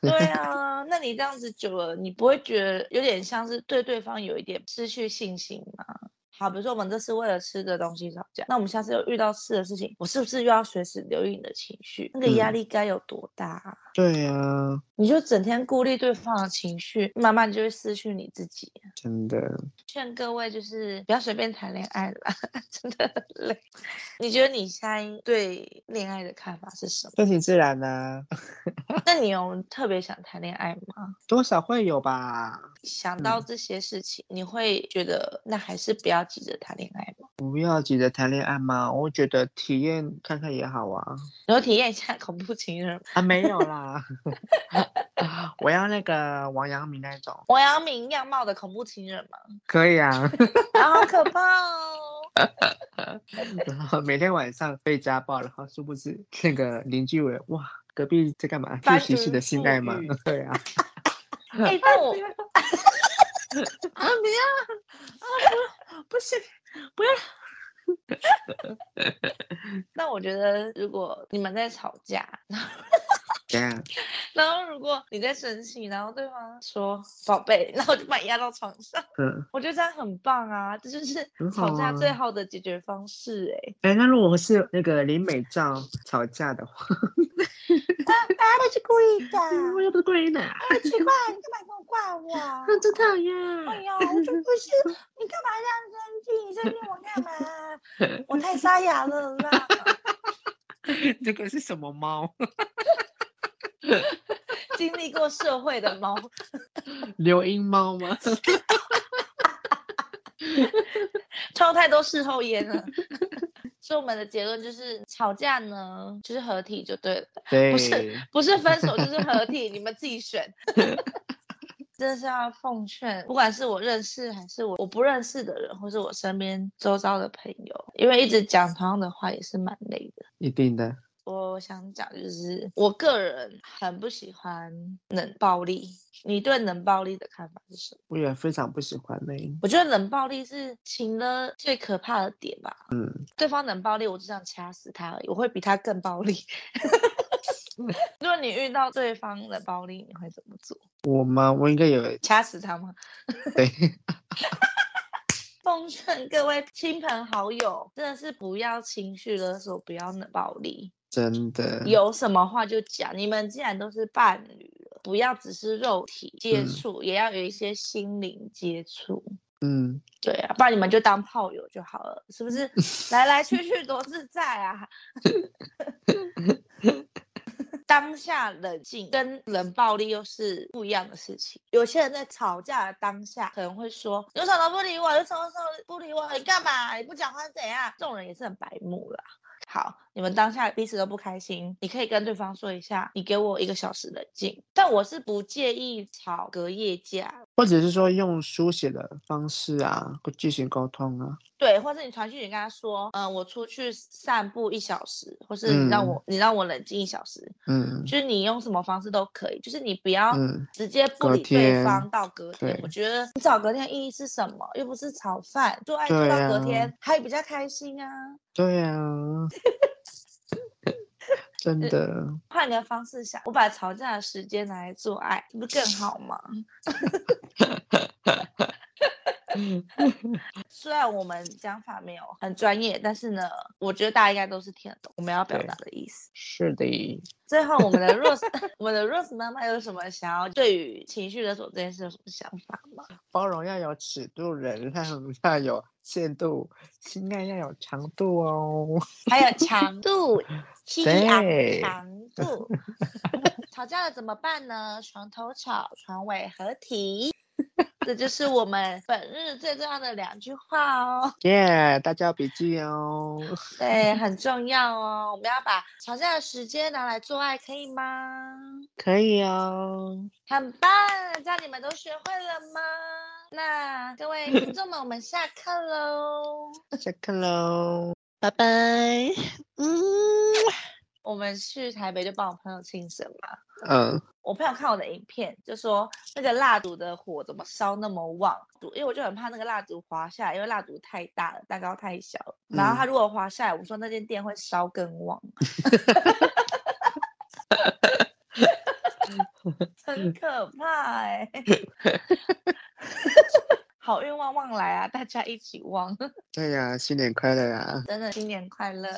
[SPEAKER 2] 对啊，那你这样子久了，你不会觉得有点像是对对方有一点失去信心吗？好，比如说我们这次为了吃的东西吵架，那我们下次又遇到吃的事情，我是不是又要随时留意你的情绪？那个压
[SPEAKER 1] 嗯
[SPEAKER 2] 力该有多大啊、
[SPEAKER 1] 对啊，
[SPEAKER 2] 你就整天顾虑对方的情绪，慢慢就会失去你自己。
[SPEAKER 1] 真的，
[SPEAKER 2] 劝各位就是不要随便谈恋爱了啦， 真的很累。你觉得你现在对恋爱的看法是什么？
[SPEAKER 1] 顺其自然啊，
[SPEAKER 2] 那你有特别想谈恋爱吗？
[SPEAKER 1] 多少会有吧。
[SPEAKER 2] 想到
[SPEAKER 1] 嗯
[SPEAKER 2] 这些事情，你会觉得那还是不要急着谈恋爱吗？
[SPEAKER 1] 不要急着谈恋爱嘛，我觉得体验看看也好啊。
[SPEAKER 2] 然后体验一下 恐怖情人，
[SPEAKER 1] 啊，没有啦， 我要那个王阳明那种，
[SPEAKER 2] 王阳明样貌的恐怖情人嘛，
[SPEAKER 1] 可以啊。
[SPEAKER 2] 啊，好可怕 哦！
[SPEAKER 1] 然后每天晚上被家暴，然后殊不知那个邻居以为哇，隔壁在干嘛？
[SPEAKER 2] 翻
[SPEAKER 1] 复习式
[SPEAKER 2] 云
[SPEAKER 1] 的性
[SPEAKER 2] 覆
[SPEAKER 1] 爱吗
[SPEAKER 2] 雨？
[SPEAKER 1] 对啊，
[SPEAKER 2] 哎、但我
[SPEAKER 1] 啊不要，啊 不行，
[SPEAKER 2] 但我觉得，如果你们在吵架，
[SPEAKER 1] 这样
[SPEAKER 2] 然后如果你在生气，然后对方说“宝贝”，然后就把你压到床上，
[SPEAKER 1] 嗯，
[SPEAKER 2] 我觉得这样很棒啊，这就是
[SPEAKER 1] 很好
[SPEAKER 2] 吵架最
[SPEAKER 1] 啊
[SPEAKER 2] 好的解决方式、哎，
[SPEAKER 1] 哎，那如果是那个林美照吵架的话，
[SPEAKER 2] 大家都是故 意的，
[SPEAKER 1] 我又不是故意的，
[SPEAKER 2] 好奇怪，你干嘛跟我怪 我
[SPEAKER 1] 啊真讨
[SPEAKER 2] 哎
[SPEAKER 1] 厌。
[SPEAKER 2] 呀，我就不是，你干嘛这样生气？你生气我 干嘛？我太沙哑了啦！
[SPEAKER 1] 这个是什么猫？
[SPEAKER 2] 经历过社会的猫，
[SPEAKER 1] 流音猫吗？
[SPEAKER 2] 抽太多事后烟了。 所以我们的结论就是，吵架呢就是合体就对了，
[SPEAKER 1] 对
[SPEAKER 2] 不是不是分手就是合体，你们自己选。 真的是要奉劝，不管是我认识还是我我不认识的人，或是我身边周遭的朋友，因为一直讲同样的话也是蛮累的。
[SPEAKER 1] 一定的，
[SPEAKER 2] 我想讲就是，我个人很不喜欢冷暴力。你对冷暴力的看法是什么？
[SPEAKER 1] 我也非常不喜欢那、
[SPEAKER 2] 我觉得冷暴力是情勒最可怕的点吧。
[SPEAKER 1] 嗯，
[SPEAKER 2] 对方冷暴力，我只想掐死他而已，我会比他更暴力。 如果你遇到对方冷暴力，你会怎么做？
[SPEAKER 1] 我吗？我应该有
[SPEAKER 2] 掐死他吗？
[SPEAKER 1] 对，
[SPEAKER 2] 奉劝各位亲朋好友，真的是不要情绪勒索，不要冷暴力，
[SPEAKER 1] 真的
[SPEAKER 2] 有什么话就讲。你们既然都是伴侣了，不要只是肉体接
[SPEAKER 1] 嗯
[SPEAKER 2] 触，也要有一些心灵接触。
[SPEAKER 1] 嗯，
[SPEAKER 2] 对啊，不然你们就当炮友就好了，是不是？来来去去多自在啊！ 当下冷静跟冷暴力又是不一样的事情。有些人在吵架的当下可能会说：“你为什么不理我？你为什么不理我？你干嘛？你不讲话是怎样？”这种人也是很白目啦。好，你们当下彼此都不开心，你可以跟对方说一下：“你给我一个小时冷静。”但我是不介意吵隔夜架，
[SPEAKER 1] 或者是说用书写的方式啊，进行沟通啊，
[SPEAKER 2] 对，或是你传讯息跟他说，嗯、我出去散步一小时，或是你让
[SPEAKER 1] 嗯
[SPEAKER 2] 我、你让我冷静一小时，
[SPEAKER 1] 嗯
[SPEAKER 2] 就是你用什么方式都可以，就是你不要
[SPEAKER 1] 嗯
[SPEAKER 2] 直接不
[SPEAKER 1] 隔
[SPEAKER 2] 理对
[SPEAKER 1] 天
[SPEAKER 2] 方到隔天。我
[SPEAKER 1] 对
[SPEAKER 2] 觉得你找隔天意义是什么？又不是炒饭，做爱做
[SPEAKER 1] 对
[SPEAKER 2] 到隔
[SPEAKER 1] 啊
[SPEAKER 2] 天、还比较开心啊。
[SPEAKER 1] 对啊，真的，
[SPEAKER 2] 换个方式想，我把吵架的时间拿来做爱，不是更好吗？虽然我们讲法没有很专业，但是呢，我觉得大家应该都是听得懂我们要表
[SPEAKER 1] 对
[SPEAKER 2] 达的意思。
[SPEAKER 1] 是的，
[SPEAKER 2] 最后，我们的 Rose，我 们的 Rose 妈妈有什么想要对于情绪勒索这件事有什么想法吗？
[SPEAKER 1] 包容要有尺度，忍让要 有限度，性爱要有长度哦。
[SPEAKER 2] 还有强度，吸氧
[SPEAKER 1] 对
[SPEAKER 2] 强度， 吵架了怎么办呢？床头吵，床尾和体，这就是我们本日最重要的两句话哦。
[SPEAKER 1] 耶、大家要笔记哦。
[SPEAKER 2] 对，很重要哦。我们要把吵架的时间拿来做爱，可以吗？
[SPEAKER 1] 可以哦，
[SPEAKER 2] 很棒，这样你们都学会了吗？那各位听众们，我们下课喽。
[SPEAKER 1] 下课喽，
[SPEAKER 2] 拜拜。嗯，我们去台北就帮我朋友庆生嘛。
[SPEAKER 1] 嗯，
[SPEAKER 2] 我朋友看我的影片，就说那个蜡烛的火怎么烧那么旺？因为我就很怕那个蜡烛滑下来，因为蜡烛太大了，蛋糕太小了。然后它如果滑下来，我说那间店会烧更旺。很可怕哎、好运旺旺来啊！大家一起旺，
[SPEAKER 1] 对呀、新年快乐啊！
[SPEAKER 2] 真的新年快乐。